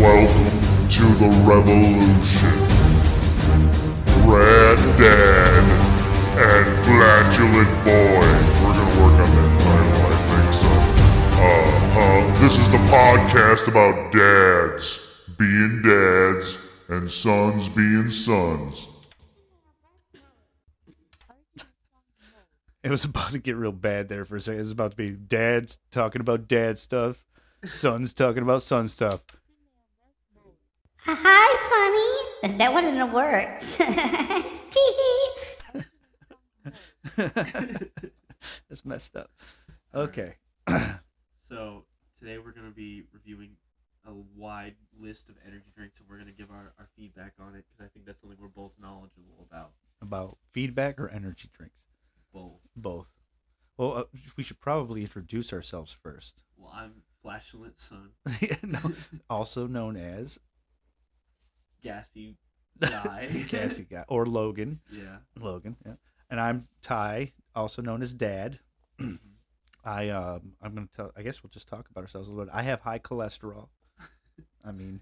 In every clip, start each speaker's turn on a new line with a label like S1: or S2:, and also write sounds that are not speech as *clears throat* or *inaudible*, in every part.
S1: Welcome to the revolution. Red Dad and Flatulent Boy. We're gonna work on that title, I think so. Uh, uh, this is the podcast about dads being dads and sons being sons.
S2: It was *laughs* about to get real bad there for a second. It was about to be dads talking about dad stuff, sons talking about son stuff. *laughs*
S3: Uh, Hi, Sonny. That wouldn't have worked.
S2: That's messed up. Okay.
S4: So today we're going to be reviewing a wide list of energy drinks, and we're going to give our, our feedback on it because I think that's something we're both knowledgeable about.
S2: About feedback or energy drinks?
S4: Both.
S2: Both. Well, uh, we should probably introduce ourselves first. *laughs*
S4: Well, I'm flatulent son,
S2: no, also known as
S4: gassy
S2: *laughs*
S4: guy.
S2: Cassie Guy or Logan.
S4: Yeah.
S2: Logan, yeah. And I'm Ty, also known as Dad. *clears throat*
S4: Mhm.
S2: I um I'm gonna tell I guess we'll just talk about ourselves a little bit. I have high cholesterol. I mean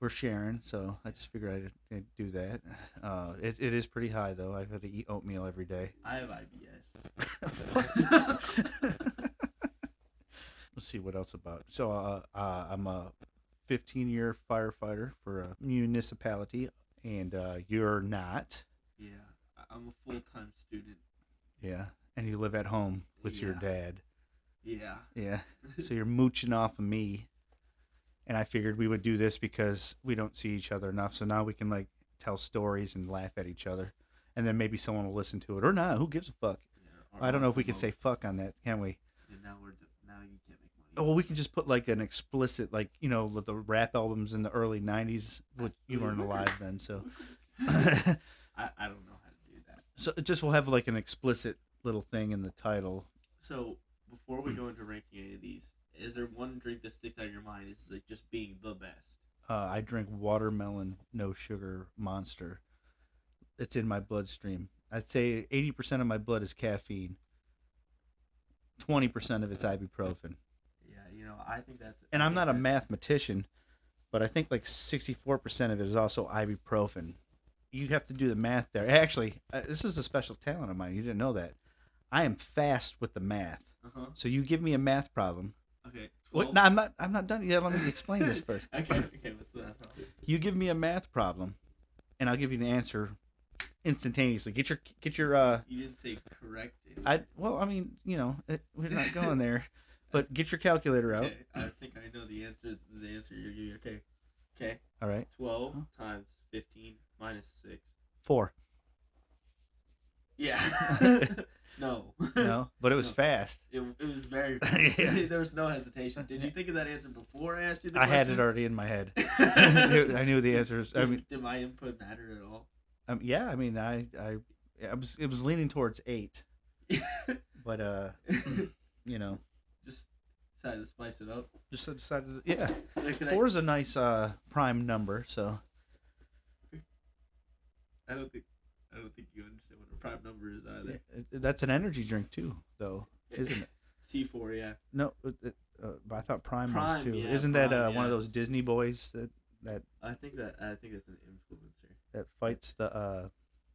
S2: we're sharing, so I just figured I'd, I'd do that. Uh it, it is pretty high though. I've had to eat oatmeal every day. *laughs*
S4: I have IBS.
S2: Let's see what else about. So uh, uh I'm a 15 year firefighter for a municipality and uh you're not.
S4: yeah. I- I'm a full time student.
S2: Yeah. And you live at home with your
S4: Yeah.
S2: dad.
S4: Yeah.
S2: Yeah. So you're mooching off of me. And I figured we would do this because we don't see each other enough. So now we can like tell stories and laugh at each other. And then maybe someone will listen to it or not. Who gives a fuck?
S4: Yeah, or
S2: I don't know if we can
S4: promote.
S2: say fuck on that, can we?
S4: And now we're d- now you can't make money.
S2: Oh,
S4: *laughs*
S2: well, we can just put like an explicit, like, you know, the- the rap albums in the early 90s, which you weren't alive then. So, *laughs*
S4: I, I don't know how to do that.
S2: so it just we'll have like an explicit little thing in the title.
S4: So before we go into ranking any of these, is there one drink that sticks out in your mind? It's like just being the best.
S2: Uh, I drink watermelon, no sugar monster. It's in my bloodstream. I'd say 80% of my blood is caffeine, 20% of it's ibuprofen.
S4: Yeah, you know, I think that's.
S2: And I'm
S4: I
S2: not a
S4: think
S2: mathematician, but I think like 64% of it is also ibuprofen. You have to do the math there. Actually, uh, this is a special talent of mine. You didn't know that. I am fast with the math.
S4: that- Uh-huh.
S2: So you give me a math problem.
S4: Okay.
S2: What? No, I'm not. I'm not done yet. Let me explain
S4: *laughs*
S2: this first.
S4: Okay. Okay. What's that?
S2: you give me a math problem and i'll give you the answer instantaneously get your get your uh
S4: You didn't say correct. answer.
S2: i well i mean you know it, we're not going
S4: *laughs*
S2: there but get your calculator out
S4: Okay. I think I know the answer. The answer you're giving. Okay. Okay.
S2: all right
S4: Twelve
S2: Huh?
S4: times fifteen minus six.
S2: four *laughs*
S4: Yeah. *laughs* no.
S2: no but it was
S4: No.
S2: fast
S4: *laughs* It, it was very.
S2: *laughs*
S4: *laughs*
S2: Yeah.
S4: There was no hesitation. Did you think of that answer before I asked you the
S2: i had
S4: question?
S2: it
S4: *laughs*
S2: already *laughs* in my head
S4: already.
S2: i knew the answers i
S4: Did- *laughs*
S2: mean
S4: did my input matter at all?
S2: um, yeah i mean i i I was it was leaning towards
S4: *laughs*
S2: eight but uh you know
S4: Just decided to spice it up.
S2: just decided yeah
S4: Like, can I-
S2: four is a nice uh prime number so
S4: I don't think I don't think you understand what a prime number is
S2: yeah,
S4: either.
S2: it- that's an energy drink too though isn't
S4: *laughs*
S2: it
S4: C four, yeah.
S2: No, uh, uh, uh, but I thought Prime, was
S4: Prime,
S2: too.
S4: yeah,
S2: Isn't that uh,
S4: Prime,
S2: one of
S4: yeah.
S2: those Disney boys that that
S4: I think that I think it's an influencer.
S2: that fights the uh,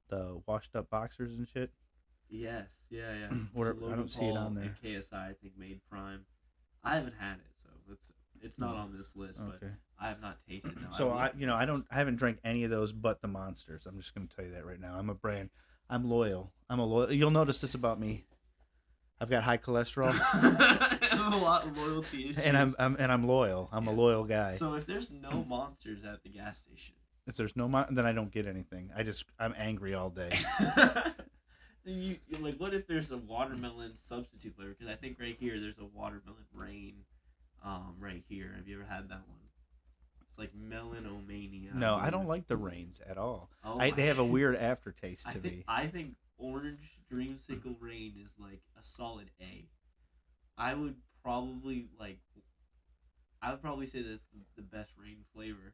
S2: the washed up boxers and shit?
S4: Yes, yeah, yeah.
S2: *clears throat* Or- I
S4: So Logan
S2: don't see it
S4: Paul
S2: on
S4: And KSI, I think made prime. I haven't had it, so it's it's not on this list, but
S2: Mm. Okay.
S4: I have not tasted. No,
S2: *clears throat* So I,
S4: would-
S2: you know, I don't, I haven't drank any of those but the monsters. I'm just gonna tell you that right now. I'm a brand. I'm loyal. I'm a loyal. You'll notice this about me. I've got high
S4: *laughs*
S2: cholesterol, *laughs*
S4: I have a lot of loyalty issues.
S2: and I'm, I'm and I'm loyal. I'm a
S4: Yeah.
S2: loyal guy.
S4: so if there's no monsters at the gas station,
S2: if there's no mon- then I don't get anything. I just I'm angry all
S4: *laughs*
S2: day.
S4: then *laughs* you you're like what if there's a watermelon substitute flavor? Because I think right here there's a watermelon rain, um, right here. Have you ever had that one? It's like melanomania.
S2: no, I
S4: believe
S2: don't
S4: it.
S2: like the rains at all.
S4: Oh
S2: I,
S4: my-
S2: they have a weird aftertaste
S4: *laughs* I
S2: to
S4: think
S2: me.
S4: I think orange dreamsicle rain is like a solid A. I would probably like. I would probably say that's the- the best rain flavor,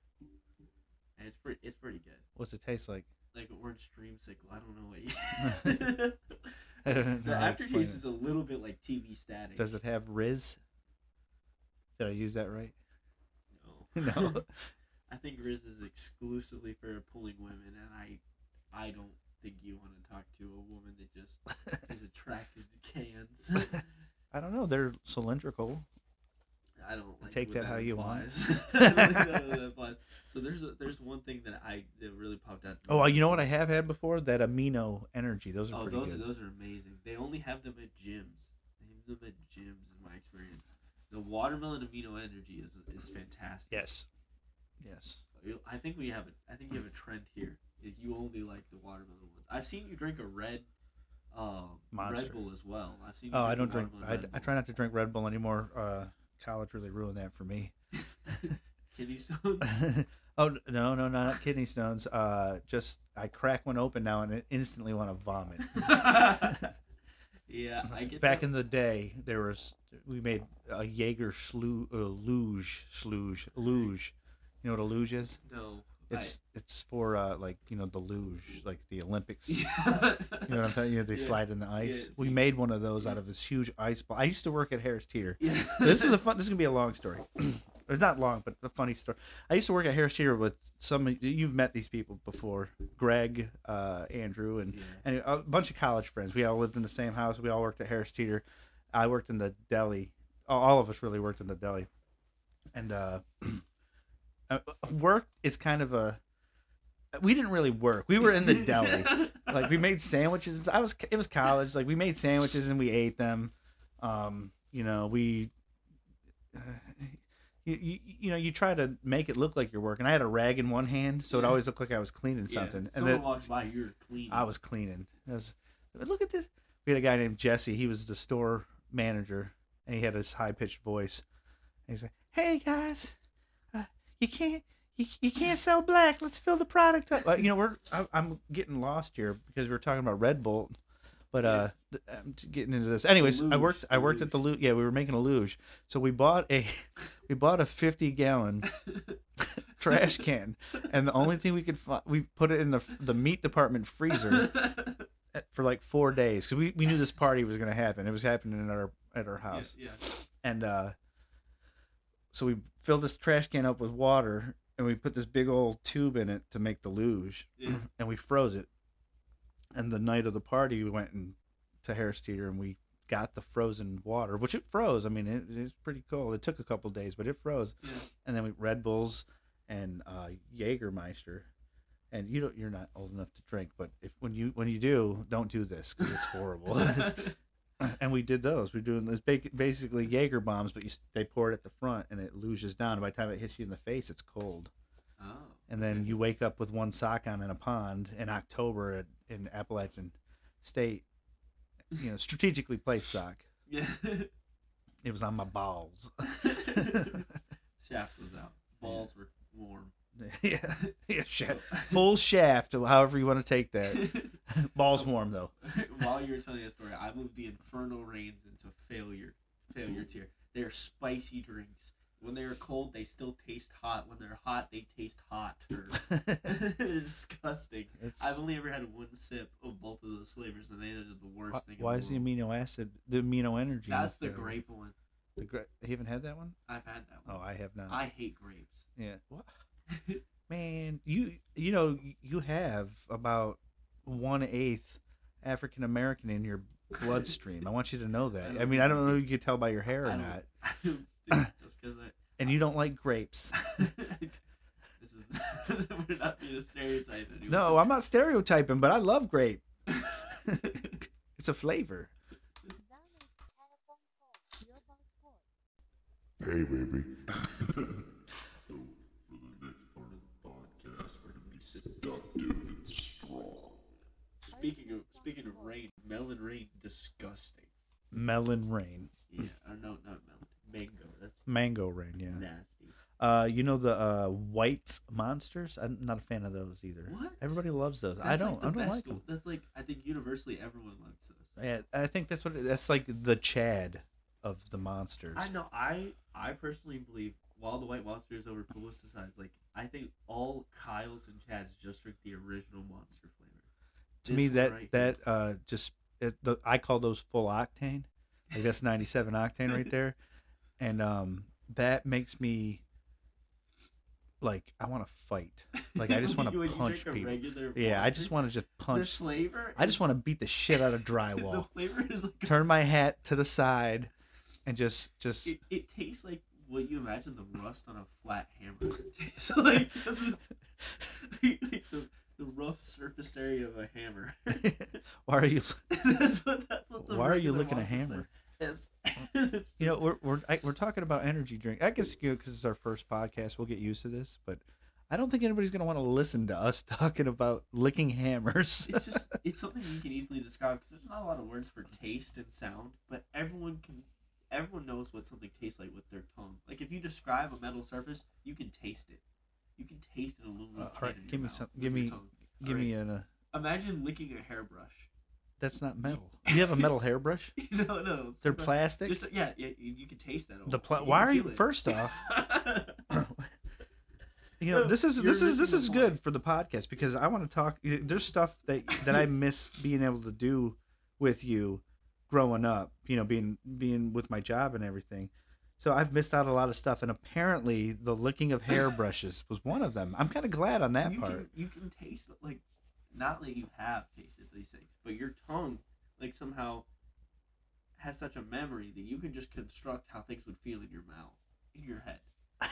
S4: and it's pretty. It's pretty good.
S2: What's it taste like?
S4: Like an orange dreamsicle. I don't know what. You...
S2: *laughs*
S4: *laughs*
S2: I don't know
S4: the
S2: how to explain
S4: aftertaste
S2: it.
S4: is a little bit like TV static.
S2: Does it have Riz? Did I use that right?
S4: *laughs* No.
S2: *laughs* no.
S4: *laughs* I think Riz is exclusively for pulling women, and I, I don't think you want to talk to a woman that
S2: *laughs*
S4: just is attracted to cans.
S2: I don't know. They're cylindrical.
S4: I don't like
S2: Take
S4: what
S2: that how you want.
S4: implies. *laughs*
S2: *laughs*
S4: I don't like that what that implies. So there's a, there's one thing that I that really popped out. to me.
S2: Oh, you know what I have had before? That amino energy. Those are
S4: Oh,
S2: pretty
S4: those are,
S2: good.
S4: those are amazing. They only have them at gyms. They have them at gyms in my experience. The watermelon amino energy is is fantastic.
S2: Yes. Yes.
S4: You- I think we have a I think you have a trend here. If you only like the watermelon ones, I've seen you drink a red, um,
S2: Monster.
S4: Red Bull as well. I've seen. You
S2: Oh, I
S4: a
S2: don't drink.
S4: watermelon
S2: I,
S4: Red
S2: I
S4: Bull.
S2: try not to drink Red Bull anymore. Uh, college really ruined that for me. *laughs*
S4: Kidney stones.
S2: oh no, no, not kidney stones. Uh, just I crack one open now and I instantly want to vomit.
S4: *laughs* yeah, I get
S2: Back
S4: that.
S2: in the day, there was we made a Jaeger slu- uh, luge, sluge, luge. You know what a luge is?
S4: *laughs* no. I-
S2: It's it's for uh, like you know the luge, like the
S4: *laughs*
S2: Olympics. You
S4: *laughs* Yeah.
S2: know what I'm telling you? They
S4: Yeah.
S2: slide in the ice.
S4: Yeah,
S2: we
S4: see.
S2: made one of those
S4: Yeah.
S2: out of this huge ice ball. I used to work at Harris
S4: *laughs*
S2: Teeter.
S4: Yeah.
S2: *laughs* this is a fun. This is gonna be a long story. *clears throat* or not long, but a funny story. I used to work at Harris Teeter with some. You've met these people before, Greg, uh, Andrew, and
S4: Yeah.
S2: and a bunch of college friends. We all lived in the same house. We all worked at Harris Teeter. I worked in the deli. All- All of us really worked in the deli, and uh, *clears throat* uh, work is kind of a. We didn't really work. We were in the
S4: *laughs*
S2: deli like we made sandwiches. I was it was college. Like we made sandwiches and we ate them. Um, you know we, uh, you, you you know you try to make it look like you're working. I had a rag in one hand, so it
S4: Yeah.
S2: always looked like I was cleaning
S4: Yeah,
S2: something. And
S4: Someone
S2: then
S4: walks by, you're clean.
S2: I was cleaning. I was but look at this. We had a guy named Jesse. He was the store manager, and he had this high pitched voice. And he's like, "Hey guys, uh, you can't." You, you can't sell black. Let's fill the product up. Uh, you know, we're I, I'm getting lost here because we were talking about Red Bull, but uh, th- I'm t- getting into this. Anyways, I
S4: luge,
S2: worked I
S4: the
S2: worked at the luge. Yeah, we were making a luge, so we bought a we bought a 50 gallon trash can, and the only thing we could find we put it in the f- the meat department
S4: *laughs*
S2: freezer for like four days because we, we knew this party was going to happen. It was happening at our at our
S4: Yeah,
S2: house,
S4: yeah.
S2: *laughs* and uh, so we filled this trash can up with water, and we put this big old tube in it to make the luge,
S4: Yeah.
S2: and we froze it. And the night of the party, we went and to Harris Theater, and we got the frozen water, which it froze. I mean, it, it's pretty cool. It took a couple days, but it froze.
S4: Yeah.
S2: And then we Red Bulls and uh, Jägermeister. And you don't, you're not old enough to drink, but if when you when you do, don't do this because it's horrible.
S4: *laughs*
S2: *laughs* and we did those. We're doing this ba- basically Jaeger bombs, but you, s- they pour it at the front and it luges down. By the time it hits you in the face, it's cold.
S4: Oh.
S2: And then you wake up with one sock on in a pond in October at, in Appalachian State. You know, strategically placed sock. *laughs*
S4: Yeah. *laughs*
S2: It was on my balls. *laughs*
S4: Shaft was out. Balls were warm.
S2: yeah, yeah sha-
S4: So- *laughs*
S2: full shaft, however you want to take that. Balls warm
S4: *laughs*
S2: though.
S4: While you were telling that story, I moved the Infernal Rains into failure, failure tier. They are spicy drinks. When they are cold, they still taste hot. When they're hot, they taste hot. *laughs* They're disgusting.
S2: It's,
S4: I've only ever had one sip of both of those flavors, and they are the worst
S2: why,
S4: thing. in
S2: why is the
S4: world.
S2: amino acid, the amino energy?
S4: That's the
S2: uh,
S4: grape one.
S2: The grape. You haven't had that one?
S4: I've had that one.
S2: Oh, I have not.
S4: I hate grapes. *laughs*
S2: Yeah. What? Man, you you know you have about one eighth African American in your bloodstream. I want you to know that. I,
S4: don't
S2: mean, I
S4: think
S2: don't
S4: *laughs* I
S2: know
S4: do.
S2: if you could tell by your hair
S4: I
S2: or
S4: don't-
S2: not.
S4: I don't think- just 'cause
S2: *laughs*
S4: I. *laughs*
S2: And you don't like grapes.
S4: this is *laughs* we're not being a stereotype anymore.
S2: No, I'm not stereotyping, but I love grape.
S4: *laughs*
S2: It's a flavor.
S1: Hey, baby. *laughs*
S5: So for the next part of the podcast, we're gonna be seductive and strong.
S4: Speaking of speaking of rain, melon rain disgusting.
S2: Melon rain,
S4: Yeah, or no, not melon, mango. That's
S2: mango rain. Hmm. Yeah.
S4: nasty.
S2: Uh, you know the uh white monsters. I'm not a fan of those either.
S4: What?
S2: Everybody loves those. I
S4: That's,
S2: don't.
S4: the
S2: I don't
S4: best
S2: like them.
S4: one. That's like I think universally everyone likes those.
S2: Yeah, I think that's what. It, that's like the Chad of the monsters.
S4: I know. I I personally believe while the white monster is over publicized, like I think all Kyles and Chads just drink the original monster flavor.
S2: to me
S4: This
S2: that
S4: right here.
S2: that uh just it, the, i call those full octane like
S4: *laughs*
S2: that's 97 octane right there and um that makes me like I want to fight. Like I just want
S4: *laughs* You-
S2: to
S4: when you
S2: punch
S4: drink a
S2: people.
S4: regular
S2: Yeah, I
S4: Monster,
S2: just want to just
S4: The
S2: punch.
S4: flavor.
S2: I just want to beat the shit
S4: *laughs*
S2: out of drywall.
S4: The flavor is like
S2: Turn my hat to the side, and just just
S4: It, it tastes like what you imagine the rust on a flat hammer *laughs* tastes like. That's what- like, like the, the rough surface area of a hammer. *laughs*
S2: why are you
S4: that's what. That's what the
S2: Why are you
S4: regular
S2: looking at
S4: monster
S2: hammer?
S4: flavor is. *laughs* It's
S2: You know,
S4: just-
S2: we're we're I, we're talking about energy drink. I guess because it's our first podcast, we'll get used to this. But I don't think anybody's gonna want to listen to us *laughs* talking about licking hammers.
S4: it's just it's something you can easily describe because there's not a lot of words for taste and sound, but everyone can. Everyone knows what something tastes like with their tongue. Like if you describe a metal surface, you can taste it. You can taste an aluminum.
S2: Uh, all
S4: plate
S2: right,
S4: in your
S2: give me
S4: mouth
S2: some-
S4: with
S2: give
S4: your
S2: me-
S4: tongue.
S2: Give
S4: All
S2: me
S4: right.
S2: an. Uh,
S4: Imagine licking a hairbrush. *laughs*
S2: that's not metal. You have a metal hairbrush?
S4: no, no. it's
S2: They're
S4: not-
S2: plastic.
S4: Just, yeah, yeah, you, you can taste that.
S2: The
S4: all.
S2: pla-
S4: can
S2: why are
S4: feel
S2: you-
S4: it.
S2: first
S4: *laughs*
S2: off- you know
S4: No,
S2: this is
S4: you're
S2: this is this
S4: missing the
S2: is good
S4: point.
S2: for the podcast because I want to talk. There's stuff that that I miss being able to do with you growing up. You know, being being with my job and everything. So I've missed out a lot of stuff, and apparently the licking of hairbrushes was one of them. I'm kind of glad on that
S4: you
S2: part.
S4: Can, you can taste it, like, not that you have tasted these things, but your tongue, like, somehow has such a memory that you can just construct how things would feel in your mouth, in your head.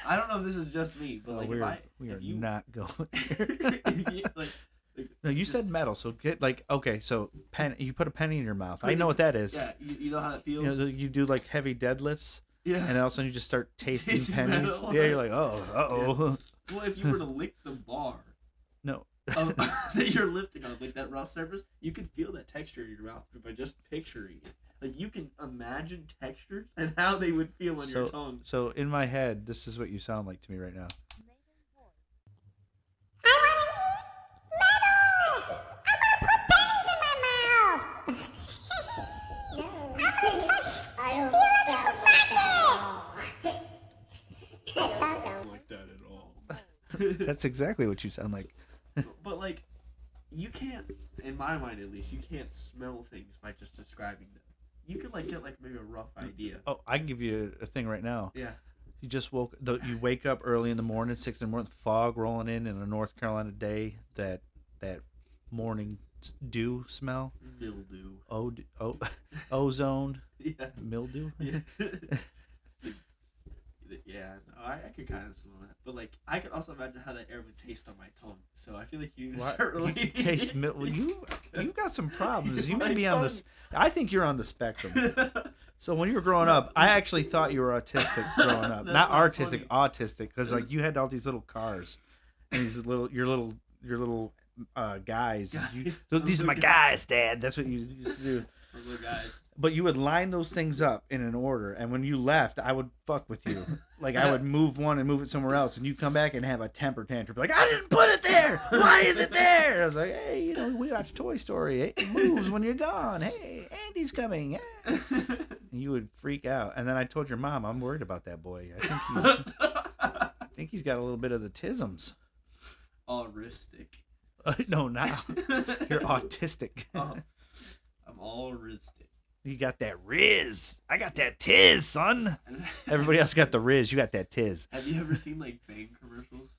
S4: I don't know if this is just me, but
S2: Oh,
S4: like,
S2: we're
S4: if I,
S2: we
S4: if
S2: are
S4: you,
S2: not going.
S4: *laughs* if you,
S2: *laughs*
S4: like, like,
S2: no, you
S4: just-
S2: said metal, so get like okay. So pen, you put a penny in your mouth. I know what that is.
S4: yeah, you, you know how that
S2: You
S4: feels.
S2: know, you do like heavy deadlifts,
S4: yeah.
S2: and all of a sudden you just
S4: *laughs*
S2: start tasting
S4: Tasting
S2: pennies.
S4: metal.
S2: Yeah, you're like, oh, uh oh.
S4: well, if you were to lick the bar
S2: No,
S4: of, *laughs* that you're lifting on, like that rough surface, you can feel that texture in your mouth by just picturing it. Like you can imagine textures and how they would feel on your tongue.
S2: So in my head, this is what you sound like to me right now.
S3: I want to eat metal. I want to put pennies in my mouth. *laughs* I want to touch the electrical socket. *laughs*
S4: like that at all.
S2: That's exactly what you sound like.
S4: but like, you can't, in my mind at least, you can't smell things by just describing them. You can like get like maybe a rough idea.
S2: Oh, I can give you a thing right now.
S4: Yeah.
S2: You just woke. The, you wake up early in the morning, six in the morning, fog rolling in, in a North Carolina day. That that morning s- dew smell.
S4: Mildew. *laughs*
S2: Oh, oh, *laughs* ozone
S4: Yeah.
S2: mildew.
S4: yeah, *laughs* yeah no, I, I could kind of smell that, but like I could also imagine how that air would taste on my tongue. So I feel like you
S2: Why- *laughs*
S4: start
S2: you
S4: relating.
S2: can taste mil-
S4: *laughs*
S2: well, you you got some problems. You
S4: My
S2: may be on this. I think you're on the spectrum. So when you were growing up, I actually thought you were
S4: *laughs*
S2: autistic growing up.
S4: That's
S2: not
S4: not
S2: artistic,
S4: funny.
S2: autistic, because like you had all these little cars and these little your little your little uh, guys.
S4: *laughs*
S2: You,
S4: Guys.
S2: these are my guys, Dad. That's what you used to do.
S4: For the guys. *laughs*
S2: But you would line those things up in an order, and when you left, I would fuck with
S4: *laughs*
S2: you. Like I would move one and move it somewhere else, and you come back and have a temper tantrum. Like I didn't put it there. Why is it there? And I was like, hey, you know, we watch Toy Story. It moves when you're gone. Hey, Andy's coming. Yeah. And you would freak out. And then I told your mom, I'm worried about that boy. I think
S4: *laughs*
S2: he's, I think he's got a little bit of the tisms. *laughs*
S4: Auristic.
S2: Uh, no, now *laughs* you're
S4: *laughs*
S2: autistic. *laughs*
S4: Oh, I'm auristic. *laughs*
S2: you got that riz. I got that tiz, son. Everybody else got the riz. You got that tiz.
S4: Have you ever seen like Bang commercials?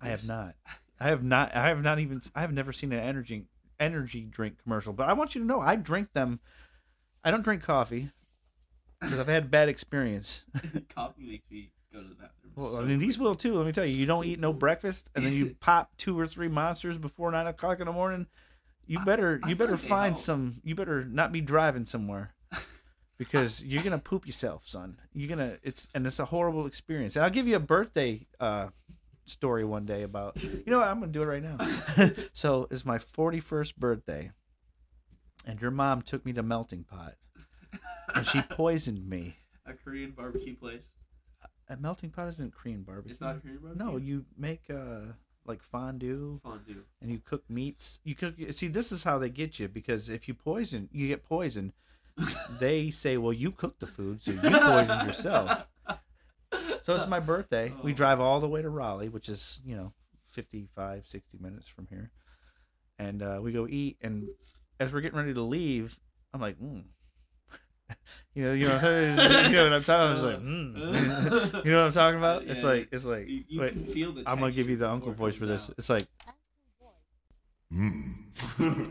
S2: I have not. I have not. I have not even. I have never seen an energy energy drink commercial. But I want you to know, I drink them. I don't drink coffee because I've had bad experience.
S4: Coffee makes me go to the bathroom.
S2: Well,
S4: so
S2: I mean, these will too. Let me tell you, you don't eat no breakfast, and then
S4: *laughs*
S2: you pop two or three monsters before nine o'clock in the morning. You
S4: I-
S2: better,
S4: I
S2: you better
S4: thought they
S2: find
S4: helped.
S2: some. You better not be driving
S4: *laughs*
S2: somewhere, because you're gonna poop yourself, son. You're gonna. It's and it's a horrible experience. And I'll give you a birthday uh, story one day about. You know what? I'm gonna do it right
S4: *laughs*
S2: now. so it's my 41st birthday, and your mom took me to Melting Pot, and
S4: *laughs*
S2: she poisoned me.
S4: a Korean barbecue place.
S2: A melting pot isn't Korean barbecue.
S4: It's not a Korean barbecue.
S2: No, you make uh like fondue
S4: fondue.
S2: and you cook meats. You cook see this is how they get you because if you poison you get
S4: *laughs*
S2: poisoned. they say, Well you cooked the food, so you poisoned
S4: *laughs*
S2: yourself. So it's my birthday. We
S4: Oh.
S2: drive all the way to Raleigh, which is, you know, 55, 60 minutes from here. And uh, we go eat and as we're getting ready to leave, I'm like, mm. "Hmm." *laughs* You know, you know, *laughs* you know what I'm talking. I was like,
S4: Uh,
S2: mm. *laughs* you know what I'm talking about? It's
S4: *laughs* Yeah,
S2: like, it's like,
S4: You, you
S2: wait,
S4: can feel the
S2: I'm gonna give you the
S4: texture
S2: uncle
S4: before it
S2: voice for
S4: comes
S2: this.
S4: out.
S2: It's like,
S1: Hmm. *laughs*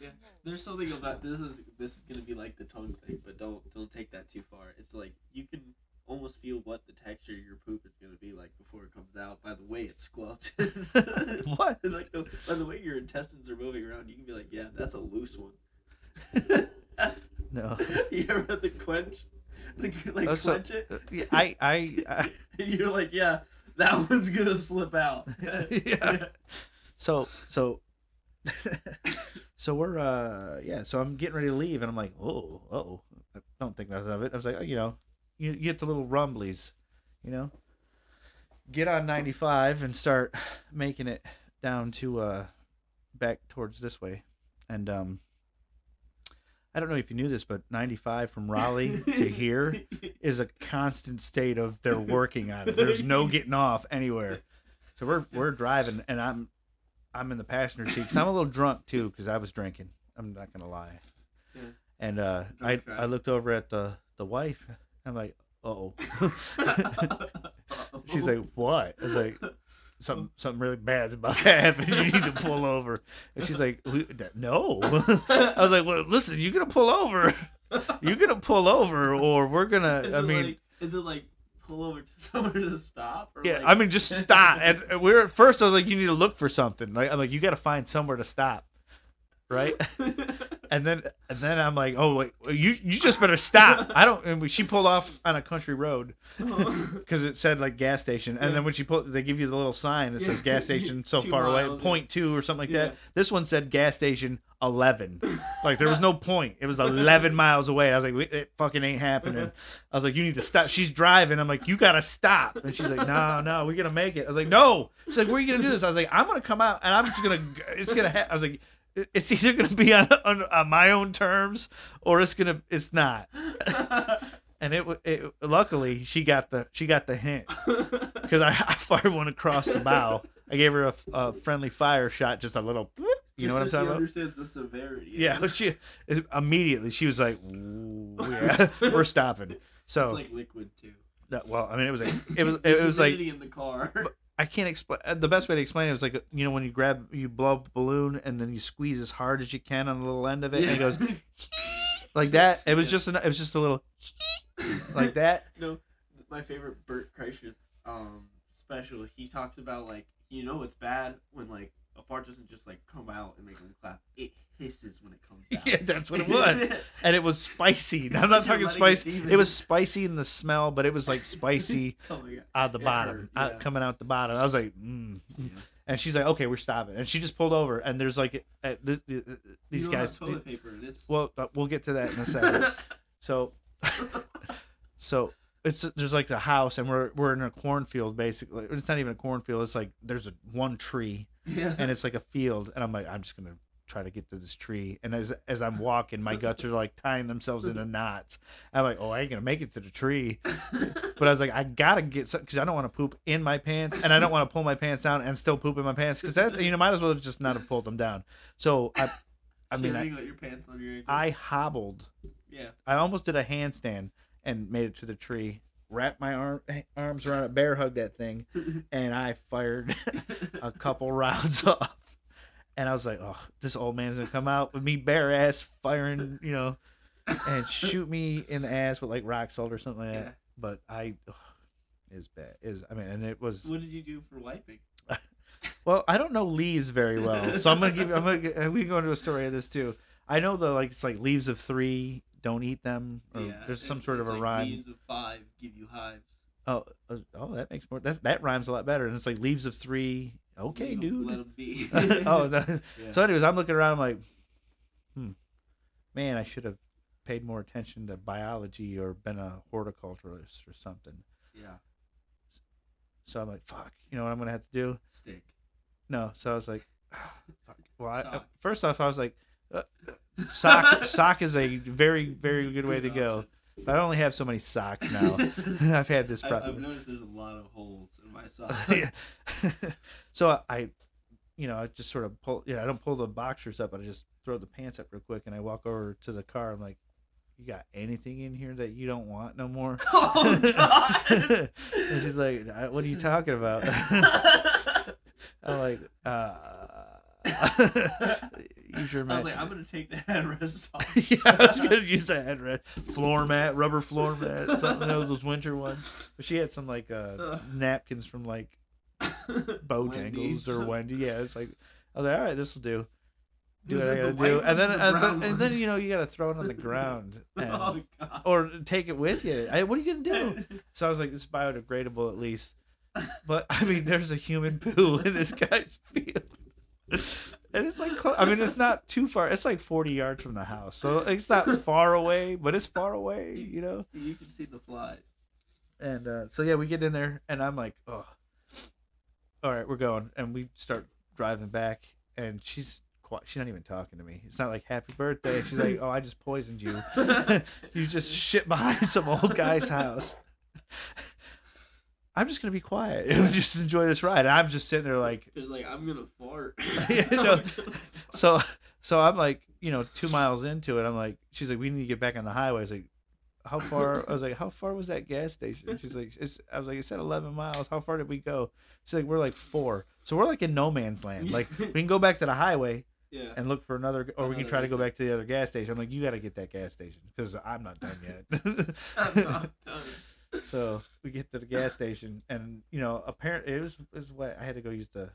S4: Yeah. There's something about this is this is gonna be like the tongue thing, but don't don't take that too far. It's like you can almost feel what the texture of your poop is gonna be like before it comes out by the way it squelches.
S2: *laughs* what?
S4: *laughs* like the, by the way your intestines are moving around, you can be like, yeah, that's a loose one.
S2: No,
S4: *laughs* you ever had the quench? Like, like
S2: Oh,
S4: quench
S2: so-
S4: it?
S2: Yeah, I, I, I
S4: and *laughs* you're like, yeah, that one's gonna
S2: *laughs*
S4: slip out. *laughs*
S2: Yeah. so, so, *laughs* so we're, uh, yeah. So I'm getting ready to leave, and I'm like, oh, oh, I don't think nothing of it. I was like, oh, you know, you, you get the little rumblies, you know. Get on 95 and start making it down to uh, back towards this way, and um. I don't know if you knew this, but 95 from Raleigh
S4: *laughs*
S2: to here is a constant state of they're working on
S4: *laughs*
S2: it. There's no getting off anywhere. So we're we're driving, and I'm I'm in the passenger seat 'cause I'm a little drunk too because I was drinking. I'm not gonna lie.
S4: Yeah.
S2: And uh, I
S4: Drunk
S2: I
S4: driving.
S2: looked over at the the wife. I'm like,
S4: *laughs*
S2: oh. *laughs* She's like, what? I was like, something something really bad's about to happen. You need to pull over. And she's like, "We- that- no. *laughs* I was like, well, listen, you're gonna pull over. You're gonna pull over, or we're gonna.
S4: *laughs* Is
S2: I
S4: it
S2: mean.
S4: like, is it like pull *laughs* over to somewhere to stop? Or
S2: Yeah,
S4: like-
S2: I mean,
S4: *laughs*
S2: just stop. At, we we're at first, I was like, you need to look for something. Like, I'm like, you got to find somewhere to stop,
S4: *laughs*
S2: right? and then, and then I'm like, oh, wait, you you just better stop. I don't. And we, she pulled off on a country road because it said like gas station. And
S4: Yeah.
S2: then when she pulled, they give you the little sign that says
S4: Yeah. *laughs*
S2: gas station so
S4: Two
S2: far away,
S4: miles, yeah.
S2: point two or something like that.
S4: Yeah.
S2: This one said gas station
S4: *laughs*
S2: eleven. Like there was no point. It was eleven miles away. I was like, "Wait, it fucking ain't happening. I was like, you need to stop. She's driving. I'm like, you gotta stop. And she's like, no, no, we're gonna make it. I was like, no. She's like, where are you gonna do this? I was like, I'm gonna come out and I'm just gonna. It's gonna. Ha-. I was like, "It- it's either gonna be on, on on my own terms or it's gonna. It's not. And it, wa- it luckily she got the she got the hint because I, *laughs* I fired one across the bow. I gave her a, a friendly fire shot, just a little. bloop. *laughs* You know what I'm
S4: Just so
S2: talking
S4: she
S2: about?
S4: Understands the severity.
S2: Yeah, *laughs*
S4: It's
S2: she immediately she was like, "Ooh,
S4: *laughs*
S2: "Yeah, we're stopping." So,
S4: like liquid too.
S2: that- well, I mean, it was like it was
S4: *laughs* The
S2: it was like
S4: humidity in the car.
S2: I can't explain. The best way to explain it was like you know when you grab you blow up a balloon and then you squeeze as hard as you can on the little end of it and it goes like that. It was
S4: Yeah.
S2: just an, it was just a little like
S4: *laughs*
S2: that.
S4: No, my favorite Bert Kreischer um special. He talks about like you know it's bad when like a fart doesn't just like come out and make them clap. It hisses when it comes out.
S2: Yeah, *laughs* that's what it
S4: *laughs*
S2: was, and it was spicy. *laughs* I'm not
S4: You're
S2: talking
S4: letting
S2: spice.
S4: it
S2: It was spicy in the smell, but it was like spicy
S4: *laughs* oh my god.
S2: out the
S4: It
S2: bottom,
S4: hurt,
S2: out,
S4: yeah.
S2: coming out the bottom. I was like, mm.
S4: Yeah.
S2: and she's like, okay, we're stopping. And she just pulled over, and there's like uh, th- th- th- these
S4: you don't
S2: guys.
S4: Have toilet paper and it's.
S2: well, uh, we'll get to that in a
S4: *laughs*
S2: second. so, so it's there's like the house, and we're we're in a cornfield basically. It's not even a cornfield. It's like there's a one tree,
S4: yeah.
S2: and it's like a field, and I'm like, I'm just gonna try to get to this tree. And as as I'm walking, my guts are like tying themselves into knots. I'm like, oh, I ain't gonna make it to the tree. But I was like, I gotta get some because I don't want to poop in my pants, and I don't want to pull my pants down and still poop in my pants because that you know might as well just not have pulled them down. So I, I mean,
S4: Sharing,
S2: I,
S4: like, your pants on your ankles.
S2: I hobbled.
S4: yeah.
S2: I almost did a handstand and made it to the tree. Wrapped my arm arms around it, bear hugged that thing, and I fired a couple rounds *laughs* off. And I was like, oh, this old man's gonna come out with me bare ass firing, you know, and shoot me in the ass with like rock salt or something like that.
S4: Yeah.
S2: But I ugh, is bad is I mean, and it was
S4: What did you do for wiping?
S2: well, I don't know leaves very well, so I'm gonna give
S4: *laughs*
S2: I'm gonna g- we can go into a story of this too. I know the like it's like leaves of three, don't eat them. Or
S4: yeah,
S2: Oh, there's some
S4: it's-
S2: sort of
S4: it's
S2: a
S4: like
S2: rhyme.
S4: Leaves of five give you hives.
S2: Oh, uh, oh, that makes more. That that rhymes a lot better. And it's like leaves of three. Okay,
S4: Leave 'em-
S2: dude.
S4: *laughs* Let 'em be.
S2: *laughs* oh, no.
S4: *laughs* Yeah.
S2: so anyways, I'm looking around. I'm like, hmm, man, I should have paid more attention to biology or been a horticulturist or something.
S4: yeah.
S2: So I'm like, fuck, you know what I'm gonna have to do?
S4: Stick.
S2: No. So I was like, *sighs* ah, fuck. Well, I,
S4: Sock.
S2: first off, I was like, uh,
S4: *laughs*
S2: sock sock is a very very good way to
S4: Good
S2: go. But I only have so many socks *laughs* now. I've had this
S4: I,
S2: problem.
S4: I've noticed there's a lot of holes in my sock.
S2: *laughs* Yeah. *laughs* so I- I, you know, I just sort of pull. You know, I don't pull the boxers up, but I just throw the pants up real quick, and I walk over to the car. I'm like, you got anything in here that you don't want no more?
S4: *laughs* *laughs* Oh God!
S2: *laughs* and she's like, "I- what are you talking about? *laughs* I'm like, uh, *laughs* use your
S4: I
S2: mat.
S4: was like, I'm gonna take the *laughs* headrest
S2: *laughs*
S4: off.
S2: yeah, I was gonna use a headrest, floor mat, rubber floor mat, something else, those winter ones. But she had some like uh,
S4: Ugh.
S2: napkins from like
S4: *laughs*
S2: Bojangles
S4: Wendy's.
S2: or Wendy. Yeah, it's like I was like, all right, this will do. Do
S4: Was
S2: what I gotta
S4: it the
S2: do,
S4: white
S2: and then
S4: ones or
S2: uh,
S4: the
S2: but-
S4: brown
S2: and then
S4: ones?
S2: you know you gotta throw it on the ground,
S4: *laughs* oh
S2: and, *laughs*
S4: God!
S2: or take it with you. I, what are you gonna do? So I was like, it's biodegradable at least. But I mean, there's a human poo *laughs* in this guy's field. And it's like, clo- I mean, it's not too far. It's like 40 yards from the house. So it's not far away, but it's far away, you know?
S4: you can see the
S2: *laughs*
S4: flies. *laughs*
S2: And uh, so, yeah, we get in there and I'm like, oh, all right, we're going. And we start driving back. And she's quiet. She's not even talking to me. It's not like happy birthday. She's like, oh, I just poisoned you. *laughs* you just shit behind *laughs* some old guy's house. I'm just gonna be quiet *laughs* and just enjoy this ride. And I'm just sitting there like,
S4: Cause like I'm gonna fart.
S2: *laughs* Yeah, no.
S4: *laughs*
S2: so, so I'm like, you know, two miles into it, I'm like, she's like, we need to get back on the highway. I was like, how far? I was like, how far was that gas station? She's like, it's, I was like, it said 11 miles. How far did we go? She's like, we're like four. So we're like in no man's land. Like we can go back to the highway *laughs*
S4: Yeah. *laughs*
S2: and look for another, or we can
S4: Another
S2: try to go
S4: reason.
S2: back to the other gas station. I'm like, you got to get that gas station because I'm not done
S4: I'm
S2: yet. *laughs*
S4: not done.
S2: So we get to the gas station, and you know, apparently it was it was wet. I had to go use the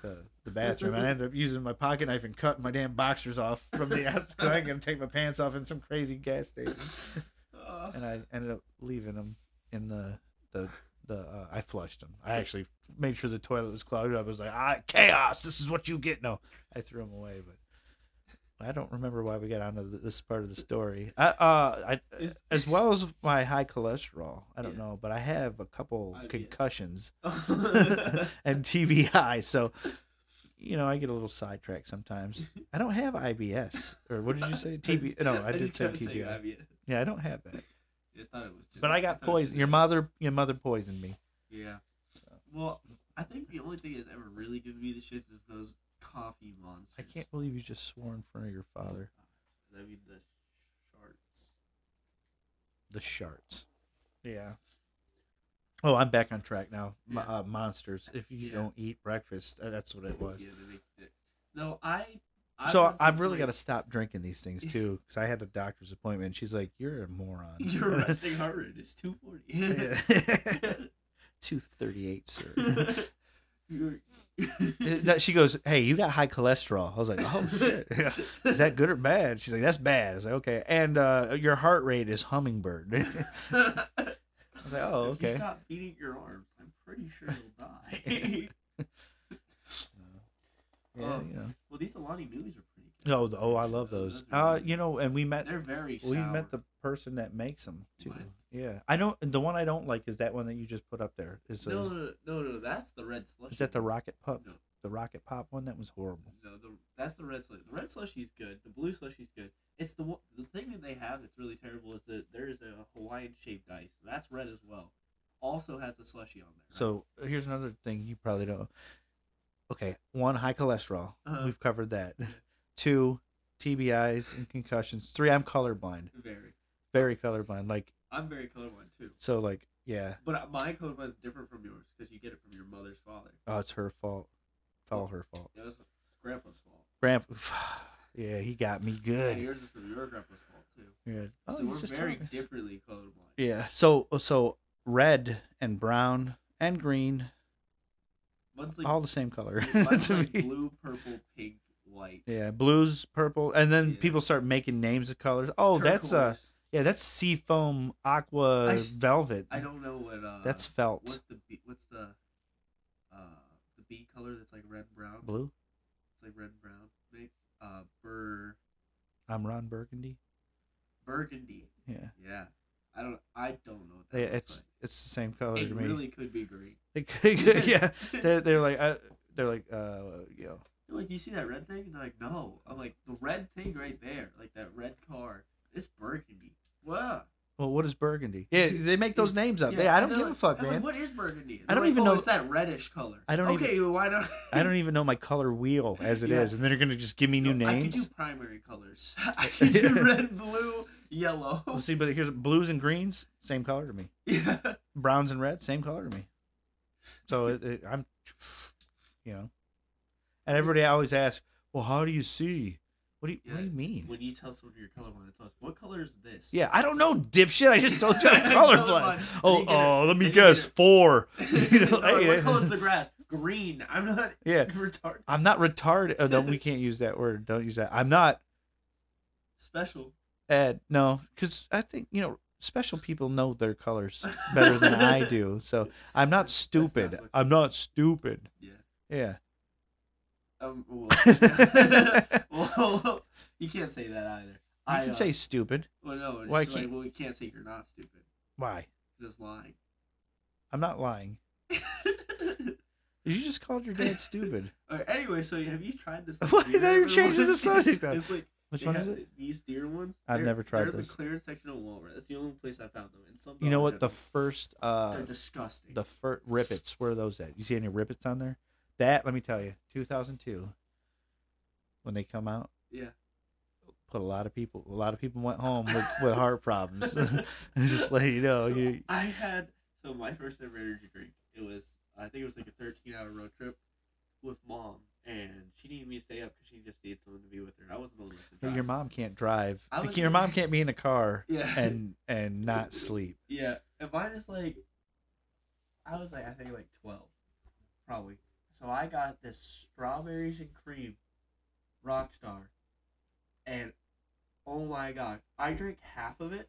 S2: the, the bathroom. I ended up using my pocket knife and cutting my damn boxers off from the outside. 'cause I ain't gonna take my pants off in some crazy gas station.
S4: Uh,
S2: And I ended up leaving them in the the the. Uh, I flushed them. I actually made sure the toilet was clogged up. I was like, ah, chaos. This is what you get. No, I threw them away, but. I don't remember why we got onto th- this part of the story. I, uh, I,
S4: Is-
S2: as well as my high cholesterol. I don't
S4: Yeah.
S2: know, but I have a couple
S4: I- yeah. *laughs*
S2: concussions *laughs* and TBI, so you know I get a little sidetracked sometimes. I don't have IBS or what did you say?
S4: *laughs*
S2: TB? No, I, did
S4: just
S2: say
S4: kept saying
S2: TBI.
S4: IBS.
S2: yeah, I don't have that,
S4: I thought it was. Just,
S2: but I got
S4: thought it was
S2: poisoned. Your
S4: genetic.
S2: mother, your mother poisoned me.
S4: Yeah. Well, I think the only thing that's ever really given me the shits is those coffee monsters.
S2: I can't believe you just swore in front of your father.
S4: I mean the sharks.
S2: The sharts. Yeah. Oh, I'm back on track now. Mo-
S4: Yeah.
S2: uh, monsters. If you
S4: Yeah.
S2: don't eat breakfast, uh, that's what it was.
S4: Yeah, they make it. No, I. I
S2: so
S4: went to
S2: I've really got
S4: drink-
S2: to stop drinking these things too, because I had a doctor's appointment. and She's like, "You're a
S4: *laughs*
S2: moron." *laughs*
S4: Your resting heart rate is 240.
S2: Two thirty-eight, sir.
S4: *laughs* You're-
S2: *laughs* That- she goes, "Hey, you got high cholesterol." I was like,
S4: *laughs*
S2: "Oh shit, *laughs* Yeah. is that good or bad?" She's like, "That's bad." I was like, "Okay," and uh, your heart rate is hummingbird. *laughs* I was like, "Oh,
S4: Oh, If you
S2: okay."
S4: stop beating your arms, I'm pretty sure
S2: *laughs*
S4: you'll die. *laughs*
S2: Yeah,
S4: Oh.
S2: you know.
S4: well, these Alani Nuis are pretty good.
S2: Um, Oh, th- oh, I love those. Uh,
S4: are really
S2: you know, and we met
S4: good. they're very sour.
S2: we met the person that makes them too.
S4: What?
S2: Yeah, I don't. The one I don't like is that one that you just put up there. Is
S4: no, no, no, no, that's the red slush.
S2: Is that the Rocket Pop?
S4: No.
S2: The Rocket Pop one? That was horrible.
S4: No, the, that's the red slush. The red slushy's good. The blue slushy's good. It's the one- the thing that they have that's really terrible is that there is a Hawaiian shaped ice that's red as well. Also has a slushy on there. right?
S2: So here's another thing you probably don't. Okay, one high cholesterol.
S4: Uh-huh.
S2: We've covered that. *laughs* Two TBIs and concussions. Three, I'm colorblind,
S4: very.
S2: very colorblind. Like
S4: I'm very colorblind too.
S2: so, like yeah.
S4: But uh, my colorblind is different from yours because you get it from your mother's father.
S2: Oh, it's her fault. It's all her fault.
S4: That was grandpa's fault.
S2: Grandpa. *sighs* Yeah, he got me
S4: Yeah,
S2: good.
S4: yours is from your grandpa's fault too.
S2: Yeah. Oh,
S4: so
S2: you
S4: we're
S2: just
S4: very
S2: told me.
S4: differently colorblind.
S2: Yeah. So so red and brown and green,
S4: Mine's like,
S2: all the same color *laughs*
S4: mine's
S2: to
S4: like
S2: me.
S4: blue, purple, pink, white.
S2: Yeah, blues, purple, and then
S4: Yeah.
S2: people start making names of colors. Oh, that's uh,
S4: turquoise.
S2: yeah, that's sea foam, aqua,
S4: I s-
S2: velvet.
S4: I don't know what. Uh,
S2: that's felt.
S4: What's the bee, what's the uh the bee color that's like red and brown?
S2: Blue.
S4: It's like red and brown mix. Uh, bur
S2: I'm Ron Burgundy.
S4: burgundy.
S2: Yeah,
S4: Yeah, I don't. I don't know. What
S2: Yeah,
S4: that looks
S2: it's it's the same color to
S4: like. Oh, It
S2: me.
S4: really could be green. *laughs*
S2: They could- *laughs* yeah, they're, they're like uh, they're like uh, you know,
S4: They're like you see that red thing, and they're like, no. I'm like the red thing right there, like that red car. It's burgundy. Wow.
S2: well, what is Burgundy? Yeah, they make those names up. Yeah, I don't
S4: and
S2: give
S4: they're
S2: a fuck,
S4: like- I'm
S2: man.
S4: Like, what is burgundy? And
S2: I don't
S4: they're like,
S2: even
S4: "Oh,
S2: know-
S4: It's that reddish color.
S2: I don't even-
S4: okay, well, why not?
S2: I
S4: *laughs*
S2: don't even know my color wheel as it is,
S4: Yeah.
S2: and then they're gonna just give me new
S4: No, *laughs* I could do
S2: names. *laughs*
S4: primary colors. I could do red, blue, Yellow.
S2: Well, see, but here's blues and greens, same color to me.
S4: yeah.
S2: Browns and reds, same color to me. So it, it, I'm, you know, and everybody always asks, "Well, how do you see? What do you, what do you
S4: Yeah,
S2: mean?"
S4: When you tell someone you're colorblind, it's us. What color is this? *laughs*
S2: Yeah, I don't know, dipshit. *laughs* I just told you I'm colorblind.
S4: Colorblind.
S2: Oh,
S4: They get it.
S2: oh, let
S4: They
S2: me
S4: get
S2: guess.
S4: it.
S2: Four. You *laughs* know,
S4: All right, what
S2: yeah.
S4: color is the grass? Green. I'm not
S2: *laughs* Yeah.
S4: retarded.
S2: I'm not retarded. Oh, no, we can't use that word. Don't use that. I'm not
S4: Special.
S2: Ed. No, because I think you know special people know their colors better than I do. So I'm not
S4: That's not
S2: stupid.
S4: what-
S2: I'm not stupid.
S4: Yeah. *laughs*
S2: Yeah.
S4: Um,
S2: *laughs*
S4: well, *laughs* well, *laughs* you can't say that either.
S2: You
S4: I,
S2: can
S4: uh,
S2: say stupid.
S4: Well, no. It's
S2: Why
S4: just like,
S2: can't-
S4: well, we can't say you're not stupid.
S2: Why?
S4: Just lying. *laughs*
S2: I'm not lying. You just called your dad stupid.
S4: All right, anyway, so have you tried this?
S2: *laughs* Why
S4: deer
S2: now you're
S4: everyone?
S2: changing
S4: *laughs*
S2: the subject up?
S4: It's like
S2: Which
S4: they
S2: one is
S4: have
S2: it?
S4: These deer ones.
S2: I've
S4: They're-
S2: never tried
S4: they're in
S2: those.
S4: The clearance section of Walmart. That's the only place I found them. And some
S2: You know
S4: Dollar
S2: what? The
S4: General.
S2: first, uh,
S4: they're disgusting.
S2: the fir- rippets. Where are those at? You see any rippets on there? That let me tell you, 2002, when they come out,
S4: yeah.
S2: put a lot of people. A lot of people went home with, with heart problems. *laughs* just let you know,
S4: So,
S2: you
S4: I had so my first ever energy drink. It was I think it was like a 13 hour road trip with mom, and she needed me to stay up because she just needed someone to be with her. I wasn't the one to
S2: your mom can't drive.
S4: I
S2: Like,
S4: was-
S2: your mom can't be in the
S4: *laughs*
S2: car
S4: Yeah.
S2: and and not sleep.
S4: Yeah, and mine is like, I was like, I think like twelve, probably. So I got this strawberries and cream, Rockstar, and oh my god, I drank half of it.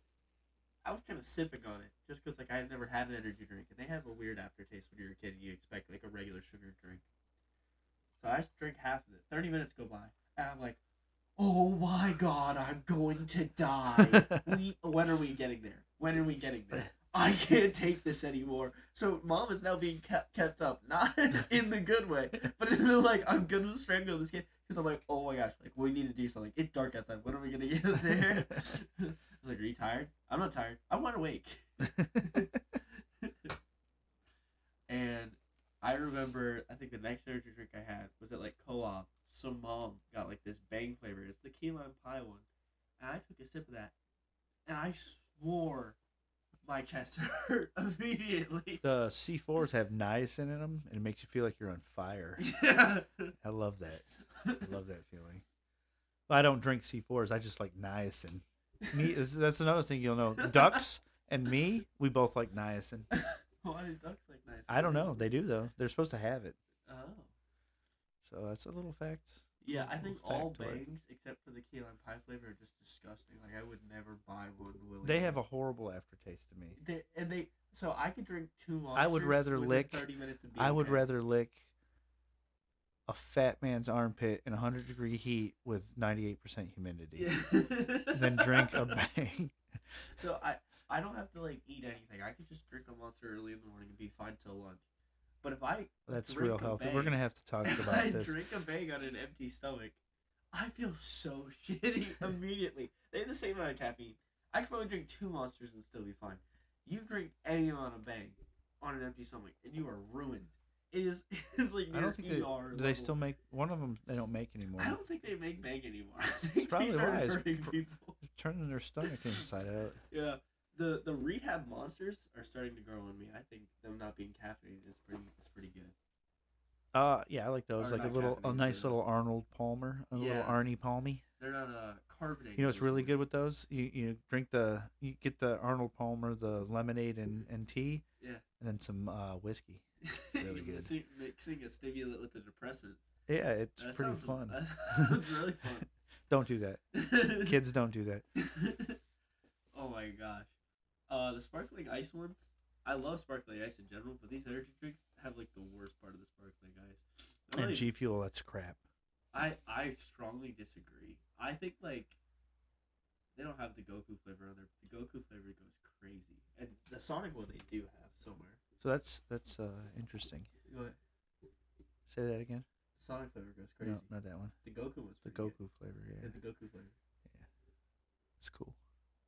S4: I was kind of sipping on it just because like I've never had an energy drink, and they have a weird aftertaste when you're a kid and you expect like a regular sugar drink. So I drink half of it. Thirty minutes go by, and I'm like, oh my god, I'm going to die we, when are we getting there? When are we getting there? I can't take this anymore. So mom is now being kept kept up, not *laughs* in the good way, but in the like I'm gonna strangle this kid because I'm like, oh my gosh, like we need to do something. It's dark outside. When are we gonna get there? *laughs* I was like, are you tired? I'm not tired. I'm wide awake. *laughs* And I remember, I think the next energy drink I had was at like co-op. Some mom got like this bang flavor. It's the key lime pie one, and I took a sip of that, and I swore my chest *laughs* hurt immediately.
S2: the C4s have niacin in them, and it makes you feel like you're on fire.
S4: *laughs* yeah.
S2: I love that. I love that feeling. I don't drink C4s. I just like niacin. Me, is- that's another thing you'll know. Ducks and me, we both like niacin.
S4: *laughs* Why do ducks like nice?
S2: I don't know. They do though. They're supposed to have it.
S4: Oh.
S2: So that's a little fact.
S4: Yeah, I think all
S2: Factoid.
S4: bangs except for the key lime pie flavor are just disgusting. Like I would never buy one willingly.
S2: They have a horrible aftertaste to me.
S4: They, and they. So I could drink two monsters.
S2: I would rather
S4: within
S2: lick-
S4: Thirty minutes. Of being
S2: I would rather lick a fat man's armpit in 100 degree heat with 98% humidity than drink
S4: *laughs*
S2: a bang.
S4: So I I don't have to like eat anything. I could just drink a monster early in the morning and be fine till lunch. But if I
S2: That's
S4: drink
S2: real
S4: a
S2: healthy. We're
S4: bang-
S2: gonna have to talk
S4: if
S2: about
S4: *laughs* I
S2: this.
S4: drink a bang on an empty stomach, I feel so *laughs* shitty immediately. They have the same amount of caffeine. I could probably drink two monsters and still be fine. You drink any amount of bang on an empty stomach and you are ruined. It is *laughs* it's like
S2: I don't
S4: near
S2: think
S4: ER
S2: they do. They
S4: level.
S2: still make one of them. They don't make anymore.
S4: I don't think they make bang anymore. *laughs* I think they
S2: probably
S4: started
S2: why. It's
S4: hurting
S2: pr-
S4: people.
S2: They're turning their stomach inside out.
S4: Yeah. The the rehab monsters are starting to grow on me. I think them not being caffeinated is pretty is pretty good.
S2: Uh, yeah, I like those.
S4: Or
S2: like a
S4: not
S2: little, a
S4: caffeinated,
S2: nice
S4: but-
S2: little Arnold Palmer, a little
S4: Yeah.
S2: Arnie Palmy.
S4: They're not uh carbonated.
S2: You know, what's
S4: or
S2: really
S4: something.
S2: good with those. You you drink the, you get the Arnold Palmer, the lemonade and and tea.
S4: Yeah.
S2: And then some uh, whiskey.
S4: *laughs*
S2: really
S4: You
S2: good.
S4: mixing- Mixing a stimulant with a depressant.
S2: Yeah, it's
S4: That
S2: pretty
S4: sounds-
S2: fun. *laughs*
S4: *laughs* that sounds really fun.
S2: don't do
S4: *laughs*
S2: that. Kids don't do that.
S4: oh my gosh. Uh, the sparkling ice ones. I love sparkling ice in general, but these energy drinks have like the worst part of the sparkling ice. I'm not
S2: And
S4: even-
S2: G Fuel, that's crap.
S4: I I strongly disagree. I think like they don't have the Goku flavor on there. The Goku flavor goes crazy, and the Sonic one they do have somewhere.
S2: So that's that's uh interesting.
S4: What?
S2: Say that again.
S4: Sonic flavor goes crazy.
S2: No, not that one.
S4: The Goku one's
S2: The
S4: pretty
S2: Goku
S4: good.
S2: flavor.
S4: Yeah,
S2: Yeah,
S4: the Goku flavor. *laughs*
S2: it's cool. *laughs*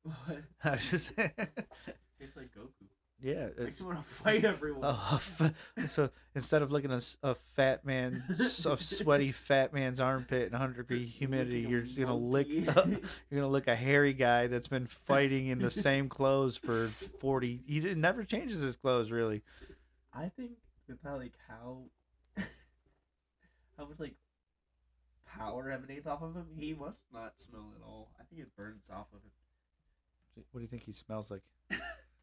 S4: What?
S2: I was just. *laughs*
S4: Tastes like Goku.
S2: Yeah.
S4: Makes
S2: It's,
S4: you want to fight
S2: *laughs*
S4: everyone.
S2: uh, f- so instead of looking at s- a fat man, s- of sweaty
S4: *laughs*
S2: fat man's armpit in 100 degree humidity,
S4: at a
S2: you're just gonna lick.
S4: *laughs* monkey.
S2: you're gonna lick a hairy guy that's been fighting in the
S4: *laughs*
S2: same clothes for 40. He did, never changes his clothes really.
S4: I think about like how *laughs* how much like power emanates off of him. He must not smell at all. I think it burns off of him.
S2: What do you think he smells
S4: *laughs*
S2: like?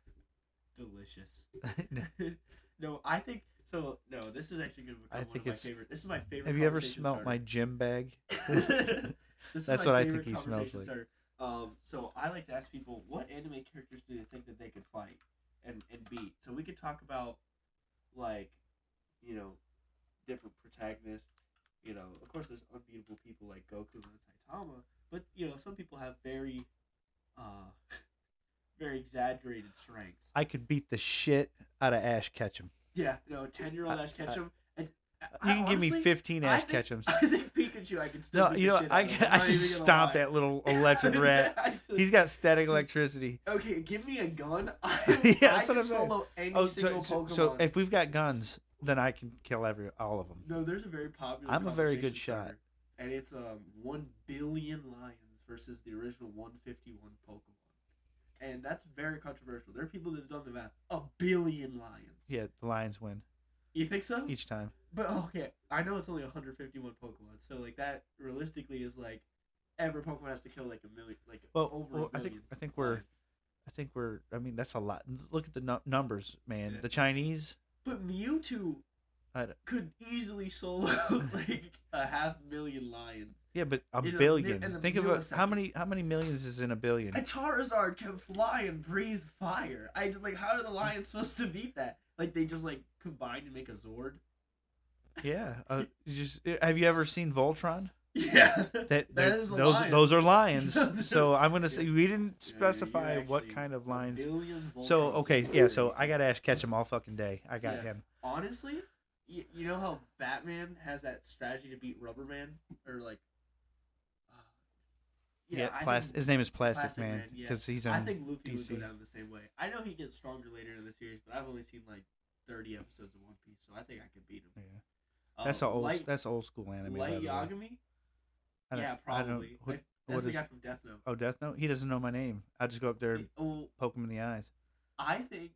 S2: *laughs*
S4: Delicious. *laughs* no, I think so. No, this is actually gonna become
S2: I
S4: one
S2: think
S4: of my
S2: it's-
S4: favorite. This is my favorite.
S2: Have you ever
S4: conversation
S2: smelt my
S4: starter.
S2: gym bag? *laughs*
S4: *laughs* This is
S2: That's
S4: my
S2: what I
S4: favorite
S2: think he smells
S4: conversation
S2: like.
S4: starter. Um, so I like to ask people what anime characters do they think that they could fight and and beat. So we could talk about like, you know, different protagonists. You know, of course, there's unbeatable people like Goku and Saitama, but you know, some people have very, uh, *laughs* very exaggerated strengths.
S2: I could beat the shit out of Ash Ketchum.
S4: Yeah, no, ten year old
S2: I-
S4: Ash Ketchum. and
S2: You
S4: I-
S2: can give me
S4: honestly,
S2: 15
S4: I
S2: Ash
S4: think-
S2: Ketchums.
S4: *laughs* I think Pikachu. I can still.
S2: No,
S4: beat
S2: you
S4: the
S2: know,
S4: shit
S2: I,
S4: out of him.
S2: I
S4: I'm not
S2: just
S4: even gonna
S2: stomped
S4: *laughs* lie.
S2: that little electric rat.
S4: I just-
S2: *laughs* He's got static electricity.
S4: Okay, give me
S2: *laughs*
S4: a gun. I,
S2: Yeah,
S4: I
S2: that's what
S4: can
S2: I'm saying.
S4: solo any
S2: Oh, so,
S4: single
S2: so,
S4: Pokemon.
S2: so if we've got guns, then I can kill every all of them.
S4: no, there's a very popular.
S2: I'm a very good shot.
S4: conversation starter, And it's um one billion lions versus the original 151 Pokemon, and that's very controversial. There are people that have done the math. A billion lions.
S2: Yeah, the lions win
S4: You think so?
S2: each time.
S4: But oh, okay, I know it's only 151 Pokemon, so like that realistically is like every Pokemon has to kill like a million, like
S2: Well,
S4: over.
S2: well
S4: a
S2: I think
S4: billion
S2: I think we're
S4: times.
S2: I think we're I mean that's a lot. Look at the nu- numbers, man.
S4: Yeah.
S2: The Chinese,
S4: But Mewtwo
S2: I d-
S4: could easily solo *laughs* like a half million lions.
S2: yeah, but a
S4: In a mi-
S2: billion.
S4: in a
S2: think of a, how
S4: millisecond.
S2: many how many millions is in a billion?
S4: A Charizard can fly and breathe fire. I just like how are the lions supposed to beat that? Like they just like combine and make a Zord. *laughs*
S2: Yeah, uh, you just have you ever seen Voltron?
S4: Yeah,
S2: That, they're-
S4: is a
S2: those
S4: lion.
S2: those
S4: *laughs*
S2: are lions.
S4: Those are-
S2: so I'm gonna say
S4: Yeah.
S2: we didn't
S4: Yeah, you- you
S2: specify what
S4: actually-
S2: kind of
S4: a
S2: lions.
S4: billion
S2: So
S4: Voltrons
S2: okay,
S4: is
S2: yeah. So
S4: crazy.
S2: I got Ash Ketchum all fucking day. I got
S4: Yeah.
S2: him.
S4: honestly, you, you know how Batman has that strategy to beat Rubberman or like, uh,
S2: Yeah,
S4: I
S2: plas-
S4: think-
S2: his name is Plastic,
S4: Plastic
S2: Man
S4: Man, yeah.
S2: because he's um, in.
S4: I think Luffy would
S2: DC.
S4: go down the same way. I know he gets stronger later in the series, but I've only seen like thirty episodes of One Piece, so I think I could beat him.
S2: yeah. That's
S4: Um,
S2: a old.
S4: Light,
S2: that's old school anime. by
S4: Light
S2: the way.
S4: Yagami.
S2: I don't-
S4: yeah,
S2: I don't-
S4: probably.
S2: what-
S4: Like, that's
S2: what
S4: the
S2: is-
S4: guy from Death Note.
S2: Oh, Death Note. He doesn't know my name. I just go up there and
S4: Well,
S2: poke him in the eyes.
S4: I think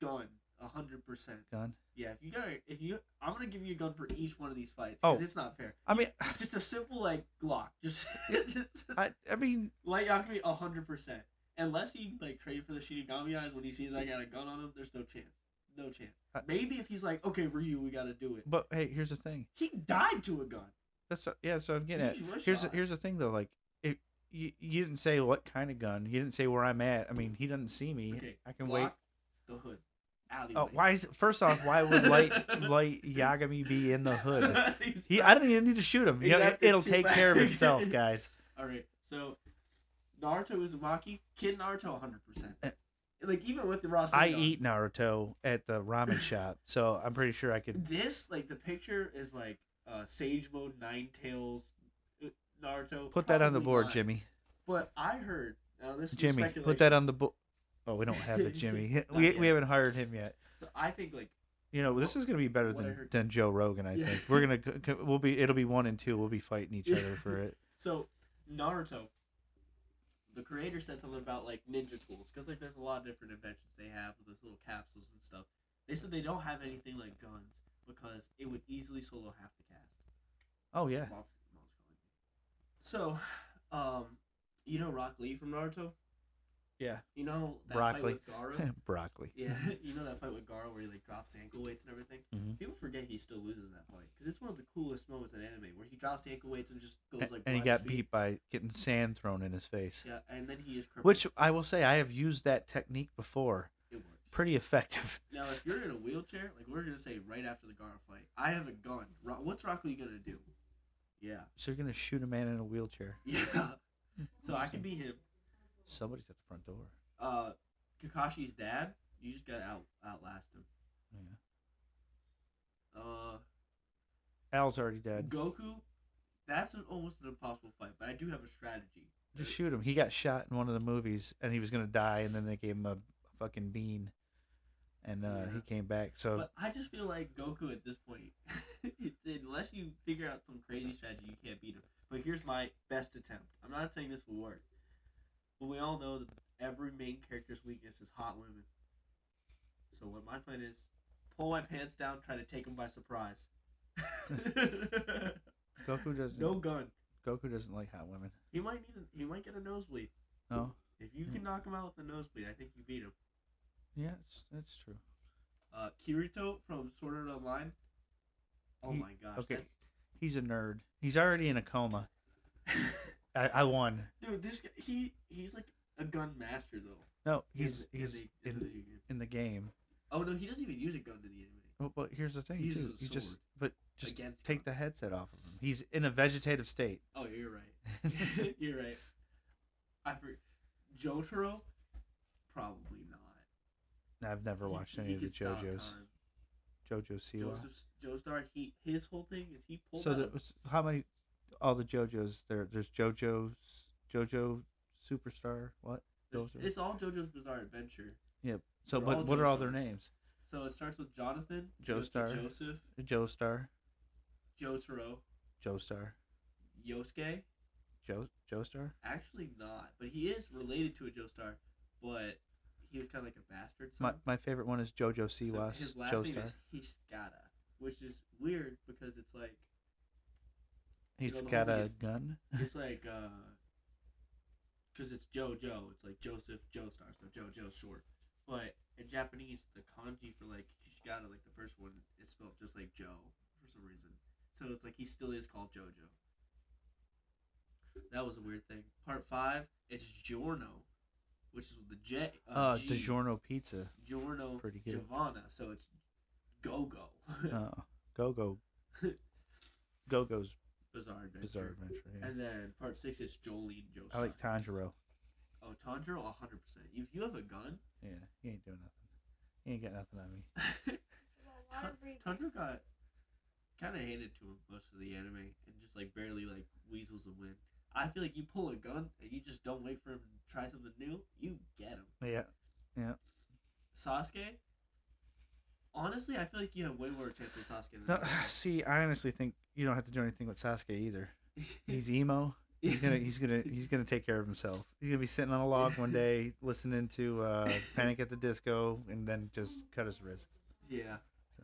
S4: gun, hundred percent.
S2: Gun.
S4: Yeah, if you got, to if you, I'm gonna give you a gun for each one of these fights. 'cause
S2: Oh.
S4: it's not fair.
S2: I mean, *sighs*
S4: just a simple like Glock, just, *laughs* just
S2: I. I mean,
S4: light Yakumi hundred percent. Unless he like traded for the Shinigami eyes when he sees I got a gun on him, there's no chance, no chance.
S2: Uh,
S4: Maybe if he's like, okay, Ryu, we got to do it.
S2: but hey, here's the thing.
S4: He died to a gun.
S2: That's what, yeah. So I'm getting at.
S4: He's one
S2: Here's the,
S4: shot.
S2: here's the thing though. Like, it, you you didn't say what kind of gun. You didn't say where I'm at. I mean, he doesn't see me.
S4: Okay,
S2: I can
S4: Glock,
S2: wait.
S4: The hood, alleyway.
S2: Oh, why is first off? Why would light light Yagami be in the hood?
S4: *laughs* He's
S2: He,
S4: not-
S2: I don't even need to shoot him. You know,
S4: Exactly,
S2: it'll
S4: too
S2: take care of
S4: bad. *laughs*
S2: itself, guys.
S4: All right, so Naruto Uzumaki, Kid Naruto hundred percent.
S2: Uh,
S4: Like even with the raw.
S2: I
S4: Sengoku,
S2: eat Naruto at the ramen shop, so I'm pretty sure I
S4: *clears throat*
S2: could.
S4: this like the picture is like uh sage mode nine tails uh, naruto
S2: Put that on the
S4: Probably
S2: board,
S4: not.
S2: Jimmy.
S4: but i heard now this is
S2: Jimmy, put that on the board. Oh, we don't have
S4: *laughs*
S2: a Jimmy.
S4: Not
S2: we,
S4: yet.
S2: we haven't hired him yet.
S4: so i think like
S2: You know, this is gonna be better
S4: What I
S2: than,
S4: heard-
S2: than Joe Rogan. I
S4: Yeah.
S2: think we're gonna go- go- we'll be it'll be one and two. We'll be fighting each
S4: Yeah.
S2: other for it.
S4: so naruto the creator said something about like ninja tools because like there's a lot of different inventions they have with those little capsules and stuff they said they don't have anything like guns because it would easily solo half the cast
S2: Oh yeah,
S4: Mom's- mom's calling me. so um you know rock lee from naruto
S2: yeah,
S4: *laughs* you know that
S2: Broccoli.
S4: fight
S2: *laughs*
S4: with Gaara?
S2: broccoli.
S4: Yeah, *laughs* you know that fight with Gara where he like drops ankle weights and everything.
S2: Mhm.
S4: People forget he still loses that fight because it's one of the coolest moments in anime where he drops ankle weights and just goes like.
S2: and he
S4: blind
S2: got
S4: speed.
S2: beat by getting sand thrown in his face,
S4: Yeah, and then he is crippled.
S2: which I will say I have used that technique before.
S4: it works.
S2: Pretty effective. *laughs*
S4: Now, if you're in a wheelchair, like we're gonna say right after the Gara fight, I have a gun. Ro- what's Rock Lee gonna do? Yeah, *laughs*
S2: So you're gonna shoot a man in a wheelchair.
S4: yeah. so I can be him.
S2: Somebody's at the front door.
S4: Uh, Kakashi's dad. You just gotta out outlast him.
S2: Yeah.
S4: Uh,
S2: Al's already dead.
S4: Goku. That's an, almost an impossible fight, but I do have a
S2: *laughs*
S4: strategy.
S2: Just shoot him. He got shot in one of the movies, and he was gonna die, and then they gave him a fucking bean. and uh,
S4: Yeah.
S2: he came back. So
S4: But I just feel like Goku at this point, *laughs* it's, unless you figure out some crazy strategy, you can't beat him. But here's my best attempt. I'm not saying this will work, but we all know that every main character's weakness is hot women. So what my plan is, pull my pants down, try to take them by surprise.
S2: *laughs* Goku doesn't.
S4: no gun.
S2: Goku doesn't like hot women.
S4: He might need. He might get a nosebleed.
S2: No.
S4: If you
S2: Hmm.
S4: can knock him out with a nosebleed, I think you beat him.
S2: Yeah, it's, that's true.
S4: Uh, Kirito from Sword Art Online. Oh
S2: He-
S4: my gosh.
S2: okay.
S4: that's-
S2: He's a nerd. He's already in a coma. I, I won.
S4: Dude, this guy, he he's like a gun master though.
S2: No,
S4: in
S2: he's
S4: the- in
S2: he's
S4: the- in the
S2: in,
S4: video game.
S2: in the game.
S4: Oh no, he doesn't even use a gun to the enemy.
S2: Well, but here's the thing
S4: He uses
S2: too.
S4: a
S2: You just
S4: sword
S2: but just
S4: against
S2: take the
S4: guns.
S2: headset off of him. He's in a vegetative state.
S4: *laughs*
S2: *laughs*
S4: Oh, you're right. *laughs* you're right. I for Jotaro, probably not.
S2: I've never
S4: He-
S2: watched
S4: he
S2: any of the
S4: could stop
S2: JoJo's.
S4: time.
S2: JoJo Siwa.
S4: Joseph's Joestar, he his whole thing is he pulled
S2: So
S4: out.
S2: there was, how many? All the JoJos there. There's JoJo's JoJo Superstar. What?
S4: there's-
S2: Joseph.
S4: it's all JoJo's Bizarre Adventure.
S2: Yeah. So
S4: They're all
S2: what? What are all their
S4: JoJos.
S2: names?
S4: So it starts with Jonathan, goes to
S2: Joestar.
S4: Joseph,
S2: Joestar,
S4: Jotaro,
S2: Joestar,
S4: Yosuke.
S2: Jo Joestar.
S4: Actually, not, but he is related to a Joestar, but he was kind of like a bastard son.
S2: My, my favorite one is JoJo
S4: So
S2: Siwa's
S4: his last name
S2: Joestar.
S4: is Hiscata, which is weird because it's like
S2: He's
S4: know, the whole
S2: got
S4: thing
S2: a
S4: is-
S2: gun. *laughs*
S4: it's like uh, because it's JoJo, it's like Joseph Joestar, so JoJo's short. But in Japanese, the kanji for like Hiscata, like the first one, is spelled just like Joe for some reason. So it's like he still is called JoJo. That was a weird thing. Part five, it's Giorno, which is with the J. Uh,
S2: Uh,
S4: G.
S2: DiGiorno
S4: *laughs*
S2: Pizza.
S4: Giorno
S2: Pretty good.
S4: Giovanna, so it's
S2: *laughs*
S4: Go Go.
S2: Uh, Go
S4: *laughs*
S2: Go. Go Go's
S4: Bizarre Adventure.
S2: Bizarre Adventure. Yeah.
S4: And then part six is Jolene Joseph.
S2: I like Tanjiro.
S4: Oh, Tanjiro, 100%. If you have a gun,
S2: Yeah, he ain't doing nothing. He ain't got nothing on me.
S4: Tan- Tanjiro got kind of handed to him most of the anime and just like barely like weasels the win. I feel like you pull a gun and you just don't wait for him to try something new, you get him.
S2: Yeah.
S4: Sasuke, honestly, I feel like you have way more chance with Sasuke
S2: *laughs* No, *sighs*
S4: than I
S2: see, I honestly think you don't have to do anything with Sasuke
S4: *laughs*
S2: either.
S4: do.
S2: He's emo. He's gonna he's gonna he's gonna take care of himself. He's gonna be sitting on a log one
S4: *laughs*
S2: day listening to uh, Panic at the Disco and then just cut his wrist.
S4: *laughs* Yeah.
S2: So.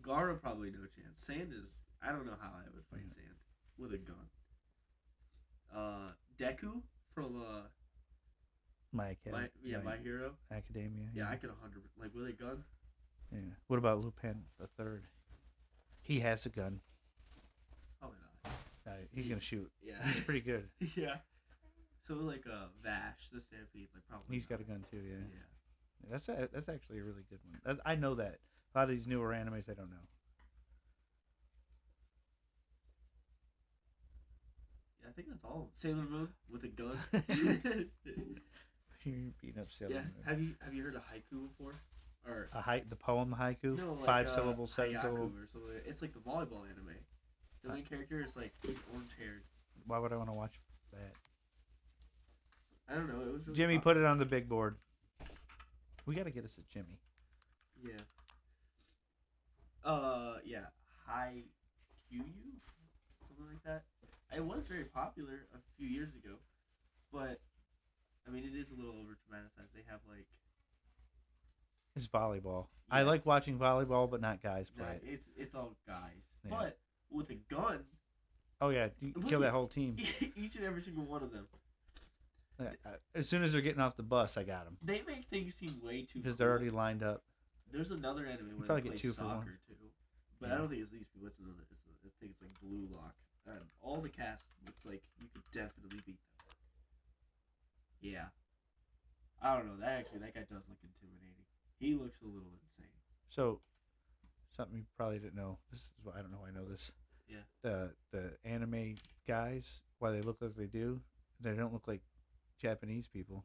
S4: Gara probably no chance. Sand is I don't know how I would fight
S2: Yeah.
S4: Sand with a gun. Uh, Deku from uh,
S2: My Academy.
S4: my yeah my hero.
S2: Academia.
S4: Yeah, I could a hundred like with a gun.
S2: yeah. What about Lupin the Third? He has a gun.
S4: Probably not.
S2: Uh, he's gonna shoot. *laughs* He's
S4: Yeah.
S2: pretty good.
S4: *laughs* yeah. So like uh Vash the Stampede like probably.
S2: He's got a
S4: not.
S2: gun too. Yeah.
S4: Yeah.
S2: That's a, that's actually a really good one. That's, I know that. A lot of these newer animes, I don't know. *laughs*
S4: Yeah, I think that's all. Sailor Moon with
S2: *laughs*
S4: a gun. *laughs*
S2: You're beating up Sailor
S4: yeah.
S2: Moon.
S4: Have you have you heard of haiku before? Or
S2: A hai- the poem haiku,
S4: No, like,
S2: five
S4: uh,
S2: syllable, seven
S4: Hayaku
S2: syllable.
S4: or something. It's like the volleyball anime. The main character is like he's orange haired.
S2: Why would I want to watch that?
S4: I don't know. It was really
S2: Jimmy,
S4: pop-
S2: put it on the big board. We gotta get us a Jimmy.
S4: Yeah. Uh yeah, Hi Q something like that. It was very popular a few years ago, but I mean it is a little over dramatized. They have like
S2: It's volleyball. I
S4: Yeah.
S2: like watching volleyball, but not guys play
S4: no,
S2: it.
S4: it's it's all guys,
S2: Yeah.
S4: but with a gun, *laughs*
S2: Oh yeah, you
S4: Look
S2: kill
S4: at-
S2: that whole
S4: *laughs*
S2: team.
S4: each and every single one of them.
S2: Yeah, I- As soon as they're getting off the bus, I got them
S4: They make things seem way too
S2: because they're
S4: cool.
S2: already lined up.
S4: There's another anime where
S2: probably
S4: they
S2: get
S4: play
S2: two for
S4: soccer
S2: one.
S4: too, but I
S2: Yeah.
S4: don't think it's these people. It's another. It's, a- I think it's like Blue Lock. Um, all the cast looks like you could definitely beat them. Yeah, I don't know. That actually, that guy does look intimidating. He looks a little insane.
S2: So, something you probably didn't know. This is why I don't know. Why I know this.
S4: Yeah.
S2: The the anime guys, why they look like they do, they don't look like Japanese people,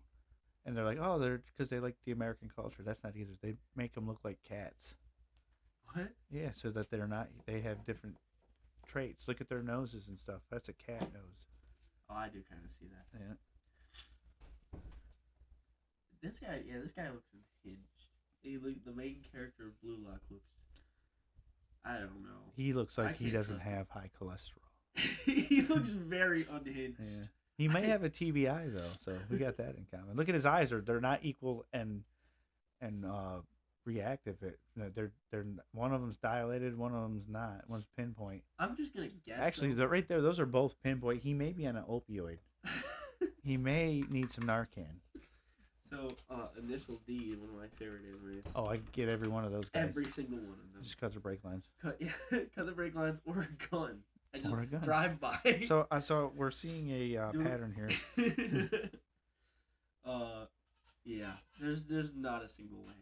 S2: and they're like, oh, they're because they like the American culture. That's not either. They make them look like cats.
S4: What?
S2: Yeah, so that they're not. They have different traits. Look at their noses and stuff. That's a cat nose.
S4: Oh, I do kind of see that.
S2: Yeah.
S4: This guy, yeah, this guy looks unhinged. he look, the main character of Blue Lock looks. I don't know.
S2: He looks
S4: I
S2: like he
S4: can't
S2: doesn't
S4: trust him.
S2: have high cholesterol.
S4: *laughs* he looks very unhinged.
S2: Yeah. He may
S4: I-
S2: have a TBI though, so we got that in common. Look at his eyes; are they're not equal and and uh, reactive. It no, they're they're n- one of them's dilated, one of them's not. One's pinpoint.
S4: I'm just gonna guess.
S2: Actually,
S4: though.
S2: they're right there. Those are both pinpoint. He may be on an
S4: *laughs*
S2: opioid. He may need some Narcan.
S4: so uh, initial D, one of my favorite animes.
S2: Oh, I could get every one of those guys.
S4: Every single one of them.
S2: Just cut the brake lines.
S4: cut, *laughs* cut the brake lines or a gun. I just
S2: Or a gun.
S4: drive by.
S2: So uh, so we're seeing a uh,
S4: Do-
S2: pattern here.
S4: *laughs* uh, yeah. There's there's not a single way.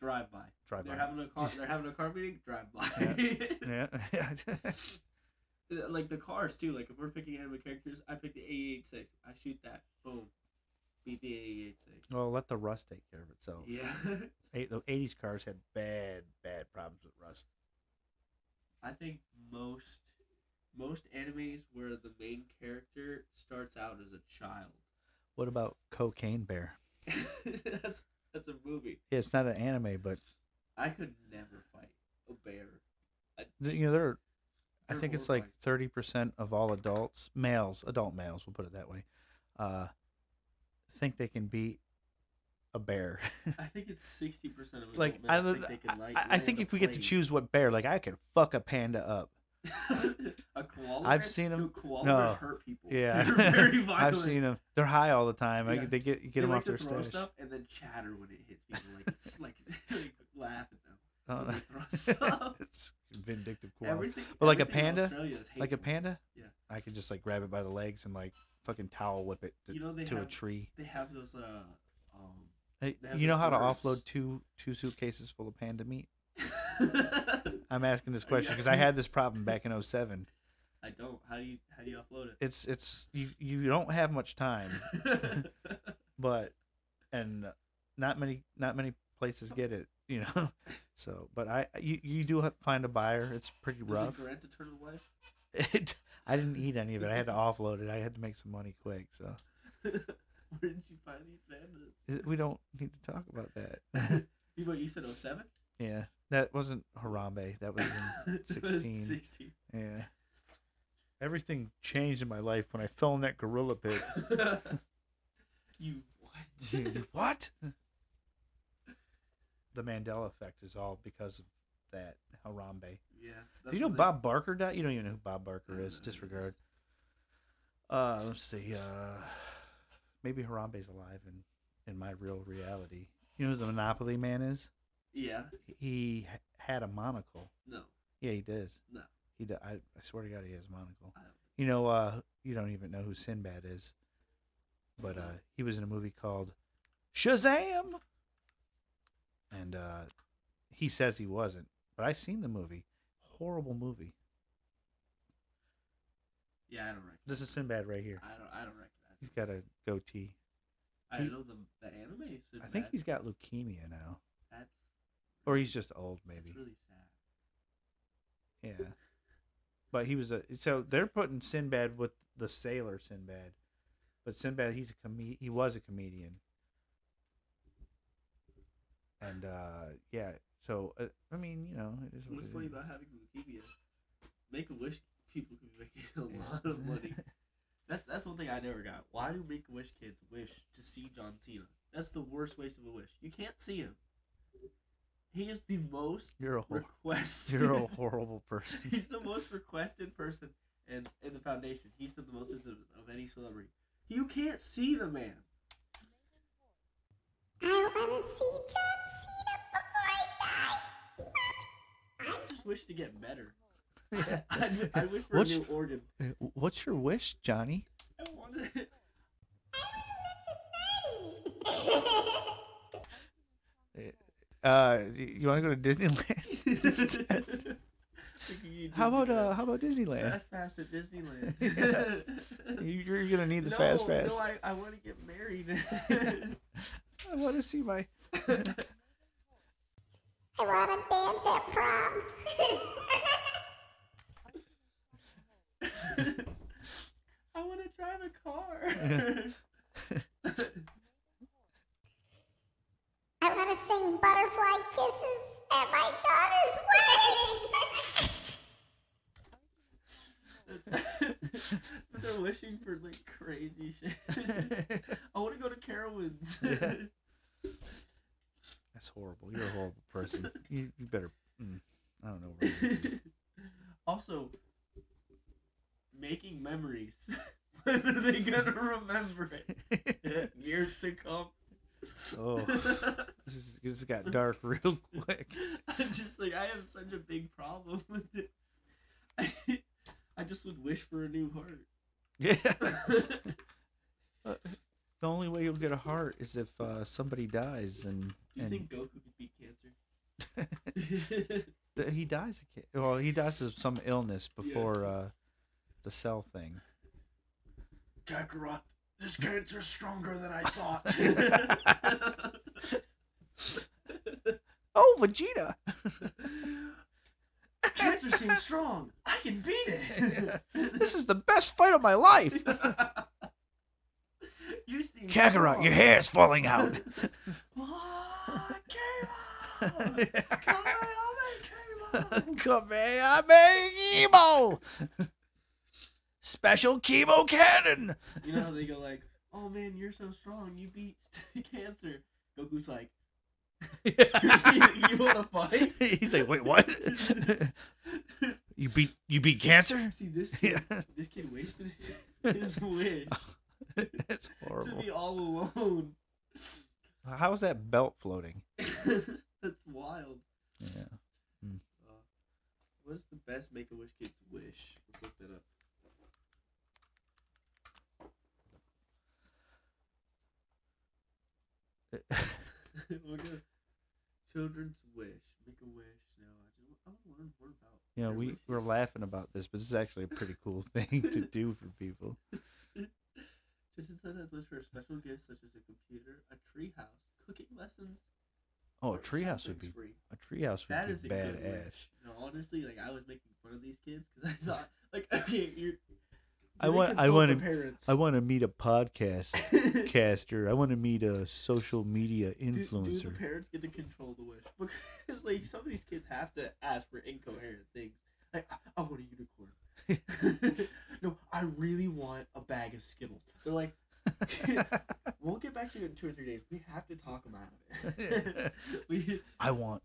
S4: Drive by.
S2: Drive
S4: They're
S2: by.
S4: having
S2: *laughs*
S4: a car. They're having a car meeting. Drive by. *laughs*
S2: Yeah. *laughs*
S4: Uh, like the cars too. Like if we're picking anime characters, I pick the A86. I shoot that. Boom. Beat the A86.
S2: well, let the rust take care of itself.
S4: Yeah. *laughs*
S2: Eight, the 80s cars had bad, bad problems with rust.
S4: I think most most animes where the main character starts out as a child. *laughs*
S2: What about Cocaine Bear?
S4: that's that's a movie.
S2: Yeah, it's not an anime, but
S4: I could never fight a bear.
S2: th- you know, there. I
S4: They're
S2: think it's like
S4: horrifying.
S2: thirty percent of all adults, males, adult males, we'll put it that way, uh, think they can beat a bear.
S4: I think it's sixty percent
S2: *laughs*
S4: of
S2: like
S4: adult
S2: I,
S4: males
S2: I,
S4: think they can like.
S2: I- I think if we get to choose what bear, like I could fuck a panda up.
S4: *laughs* a koala.
S2: I've
S4: bear?
S2: seen 'em-
S4: Dude, koala
S2: no.
S4: bears hurt people.
S2: Yeah,
S4: They're very
S2: *laughs*
S4: violent.
S2: I've seen them. They're high all the time. I,
S4: Oh, Yeah.
S2: they get you
S4: They
S2: get them
S4: like
S2: off
S4: to
S2: their
S4: throw
S2: stash.
S4: stuff and then chatter when it hits people,
S2: *laughs*
S4: like *laughs* it's like, like laugh at them.
S2: I don't
S4: when
S2: know. *laughs*
S4: they throw *laughs* stuff.
S2: it's vindictive Oh, koala.
S4: Everything,
S2: But like a
S4: everything in
S2: panda?
S4: Australia is
S2: like a
S4: hateful.
S2: panda.
S4: Yeah.
S2: I could just like grab it by the legs and like fucking towel whip it to,
S4: You know they
S2: to a
S4: have
S2: tree.
S4: they have those uh um
S2: Hey,
S4: they have
S2: you know
S4: those
S2: how
S4: birds.
S2: to offload two two suitcases full of panda meat?
S4: I
S2: I'm asking this
S4: Are you
S2: question because I
S4: asking-
S2: had this problem back in 07.
S4: don't. How do you how do you
S2: *laughs*
S4: upload it?
S2: It's it's you you don't have much time, but and not many not many places get it, *laughs* you know. So, but I you you do have, find a buyer. It's pretty rough.
S4: Does it grant eternal life?
S2: *laughs*
S4: *laughs*
S2: It, I didn't eat any of it. I had to offload it. I had to make some money quick. So
S4: Where did you find these bandits?
S2: it- we don't need to talk about that. *laughs*
S4: You what you said 07?
S2: yeah, that wasn't Harambe. That was in
S4: *laughs* It was
S2: 16.
S4: 16.
S2: Yeah. Everything changed in my life when I fell in that gorilla *laughs* pit.
S4: *laughs* you
S2: *laughs*
S4: what?
S2: Dude, *laughs* what? The Mandela effect is all because of that Harambe.
S4: yeah.
S2: Do you know Bob Barker died? You don't even know who Bob Barker is.
S4: is?
S2: Disregard. Uh, let's see. Uh, maybe Harambe's alive in in my real reality. You know who the Monopoly Man is?
S4: Yeah.
S2: He h- had a monocle.
S4: No.
S2: Yeah, he does.
S4: No.
S2: He. Do- I, I swear to God, he has a monocle.
S4: I don't-
S2: You know, uh, you don't even know who Sinbad is, but uh, he was in a movie called Shazam, and uh, he says he wasn't, but I seen the movie. Horrible movie.
S4: Yeah, I don't recognize.
S2: This is Sinbad right here.
S4: I don't. I don't recognize.
S2: He's
S4: it.
S2: got a goatee.
S4: I
S2: he-
S4: know the the anime.
S2: I
S4: Sinbad.
S2: think he's got leukemia now,
S4: That's.
S2: or he's just old, maybe.
S4: That's really sad.
S2: Yeah, but he was a. So they're putting Sinbad with the sailor Sinbad, but Sinbad he's a com- he was a comedian. And uh yeah, so uh, I mean, you know, it is what
S4: What's
S2: it
S4: funny
S2: is.
S4: about having leukemia? Make a wish people can make *laughs* a
S2: Yeah.
S4: lot of
S2: *laughs*
S4: money. That's that's one thing I never got. Why do Make a Wish kids wish to see John Cena? That's the worst waste of a wish. You can't see him. He is the most
S2: *laughs*
S4: *laughs*
S2: You're a whole,
S4: requested.
S2: you're a horrible person.
S4: *laughs* he's the most requested person in in the foundation. He's the most visited of any celebrity. You can't see the man.
S3: I wanna see John Cena before I die. *laughs*
S4: I just wish to get
S2: *laughs*
S4: better.
S2: Yeah.
S4: I, I wish for
S2: What's-
S4: a new organ.
S2: What's your wish, Johnny?
S4: I wanted.
S3: *laughs*
S2: Uh, y- you want to go to Disneyland? *laughs* This is-
S4: *laughs*
S2: how about uh, how about Disneyland?
S4: Fast pass to Disneyland.
S2: You- You're gonna need the fast pass.
S4: No, I, I want to get married. *laughs*
S2: I want to see my.
S3: I wanna dance at prom. *laughs*
S4: I want to drive a car.
S3: I wanna sing Butterfly butterfly kisses at my daughter's wedding.
S4: but they're wishing for like crazy shit.
S2: *laughs*
S4: I want to go to Carowinds.
S2: Yeah. That's horrible. You're a horrible *laughs* person. You, you better. Mm, I don't know. Where I'm going.
S4: *laughs* also, making memories. *laughs* when are they gonna remember
S2: *laughs*
S4: it? Years to come. *laughs*
S2: oh, this, is, this got dark *laughs* real quick.
S4: *laughs* I'm just like I have such a big problem *laughs* with it. I, I just would wish for a new heart. *laughs*
S2: Yeah. The only way you'll get a heart is if uh, somebody dies and
S4: Do you
S2: and
S4: think Goku could beat
S2: *laughs*
S4: *laughs* cancer?
S2: th- he dies. of ca- Well, he dies of some illness before uh, the cell thing.
S4: Kakarot, this cancer's stronger than
S2: *laughs*
S4: I thought.
S2: Oh, Vegeta! *laughs*
S4: *laughs* cancer seems strong. I can beat it.
S2: This is the best fight of my life.
S4: *laughs* you seem
S2: Kakarot,
S4: strong.
S2: your hair is falling out.
S4: *laughs* Ah,
S2: *laughs*
S4: Kayla! Come *laughs* on, Kayla!
S2: Come here, I'm a emo. Special chemo cannon.
S4: You know how they go like, "Oh man, you're so strong. You beat *laughs* cancer." Goku's like, *laughs* "You want to fight?"
S2: *laughs* He's like, wait, what? *laughs* you beat you beat cancer?
S4: *laughs*
S2: *laughs*
S4: See this?
S2: Yeah.
S4: Kid, This kid wasted
S2: *laughs*
S4: his wish
S2: That's
S4: to
S2: horrible.
S4: be all alone. *laughs*
S2: How is that belt floating?
S4: That's wild.
S2: Yeah.
S4: Uh, what is the best Make a Wish kids wish? Let's look
S2: *laughs*
S4: that up. We're gonna- Children's wish, make a wish. No, I just I want to learn more about.
S2: You know,
S4: their
S2: we
S4: wishes.
S2: we're laughing about this, but this is actually a pretty cool *laughs* thing to do for people.
S4: Children sometimes wish for special gifts such as a computer, a treehouse, cooking lessons.
S2: Oh, a
S4: or
S2: treehouse would
S4: something
S2: be
S4: free.
S2: a treehouse
S4: That
S2: would
S4: is
S2: be
S4: a good
S2: badass.
S4: wish. No, honestly, like I was making fun of these kids because I thought, like, *laughs* okay, you're. do
S2: I
S4: they
S2: want- I
S4: consult
S2: want
S4: the
S2: to-
S4: Parents.
S2: I want to meet a podcast
S4: *laughs* do,
S2: caster. I want to meet a social media
S4: do the
S2: influencer.
S4: parents get to control the wish? *laughs* Because like some of these kids have to ask for incoherent things. Like I, I want a
S2: *laughs*
S4: unicorn. *laughs* no, I really want a bag of Skittles. They're like,
S2: *laughs*
S4: *laughs* we'll get back to you in two or three days. We have to talk about
S2: *laughs*
S4: it. *laughs* we,
S2: I want,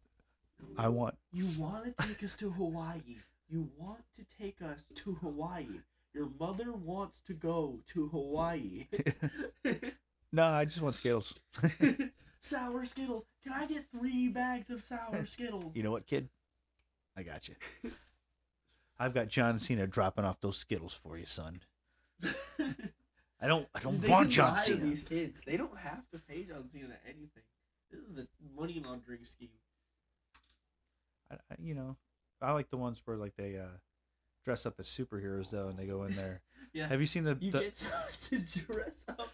S2: I want.
S4: You want to take us to Hawaii. You want to take us to Hawaii. Your mother wants to go to
S2: *laughs*
S4: Hawaii.
S2: No, I just want Skittles.
S4: sour Skittles. Can I get three bags
S2: *laughs*
S4: of sour Skittles?
S2: You know what, kid? I got
S4: *laughs*
S2: you. I've got John Cena dropping off those Skittles for you, son.
S4: *laughs*
S2: I don't, I don't
S4: They
S2: want
S4: can
S2: John
S4: lie to
S2: Cena.
S4: These kids, they don't have to pay John Cena anything. This is a money laundering scheme.
S2: I, I- you know, I like the ones where like they uh, dress up as superheroes though, and they go in
S4: *laughs*
S2: there.
S4: Yeah.
S2: Have you seen the?
S4: you
S2: the
S4: get *laughs* someone to dress up.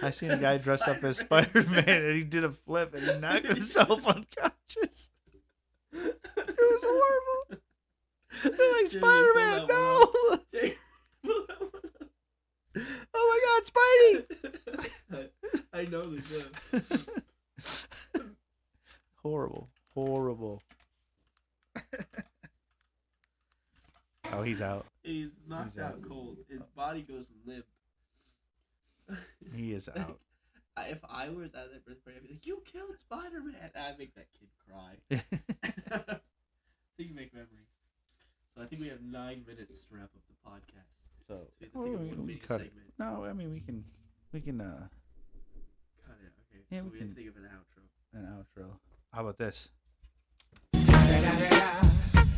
S2: I seen a
S4: *laughs*
S2: guy dressed up as Spider
S4: Spider-Man.
S2: Man, and he did a flip, and he
S4: *laughs*
S2: knocked himself unconscious. It was horrible. They're like
S4: Jimmy, pull
S2: Spider Man,
S4: that
S2: no!
S4: horrible.
S2: *laughs* Oh my
S4: *laughs* I know they do.
S2: God, Spidey! *laughs* horrible, horrible. oh, he's out.
S4: He's knocked
S2: He's
S4: out
S2: out.
S4: cold. His body goes limp.
S2: He is out.
S4: I- if I was at that birthday party, I'd be like, "You killed Spider Man!" I'd make that kid
S2: *laughs*
S4: cry. *laughs* so you make memories. So I think we have nine minutes to wrap up the podcast.
S2: so
S4: So we have to
S2: well,
S4: think of
S2: we,
S4: one
S2: we
S4: mini
S2: cut it.
S4: segment.
S2: No, I mean we can, we can uh,
S4: Cut it. Okay.
S2: Yeah,
S4: so
S2: we
S4: we, have
S2: can-
S4: to think of an outro.
S2: an outro. How about this?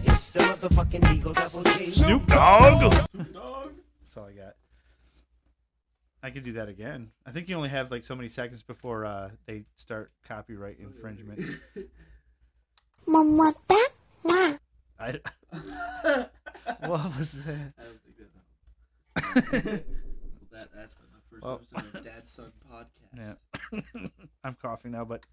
S6: It's the motherfucking Eagle Double G.
S2: Snoop Dogg. *laughs*
S4: Dog.
S2: That's all I got. I could do that again. I think you only have like so many seconds before uh, they start copyright infringement.
S4: *laughs*
S3: Mom, what that? Mwah.
S2: I, *laughs*
S4: I
S2: what was that?
S4: don't think
S2: *laughs*
S4: that. helped. well, that that's been the first
S2: Well-
S4: episode of Dad Son Podcast.
S2: *laughs* Yeah. I'm coughing now, but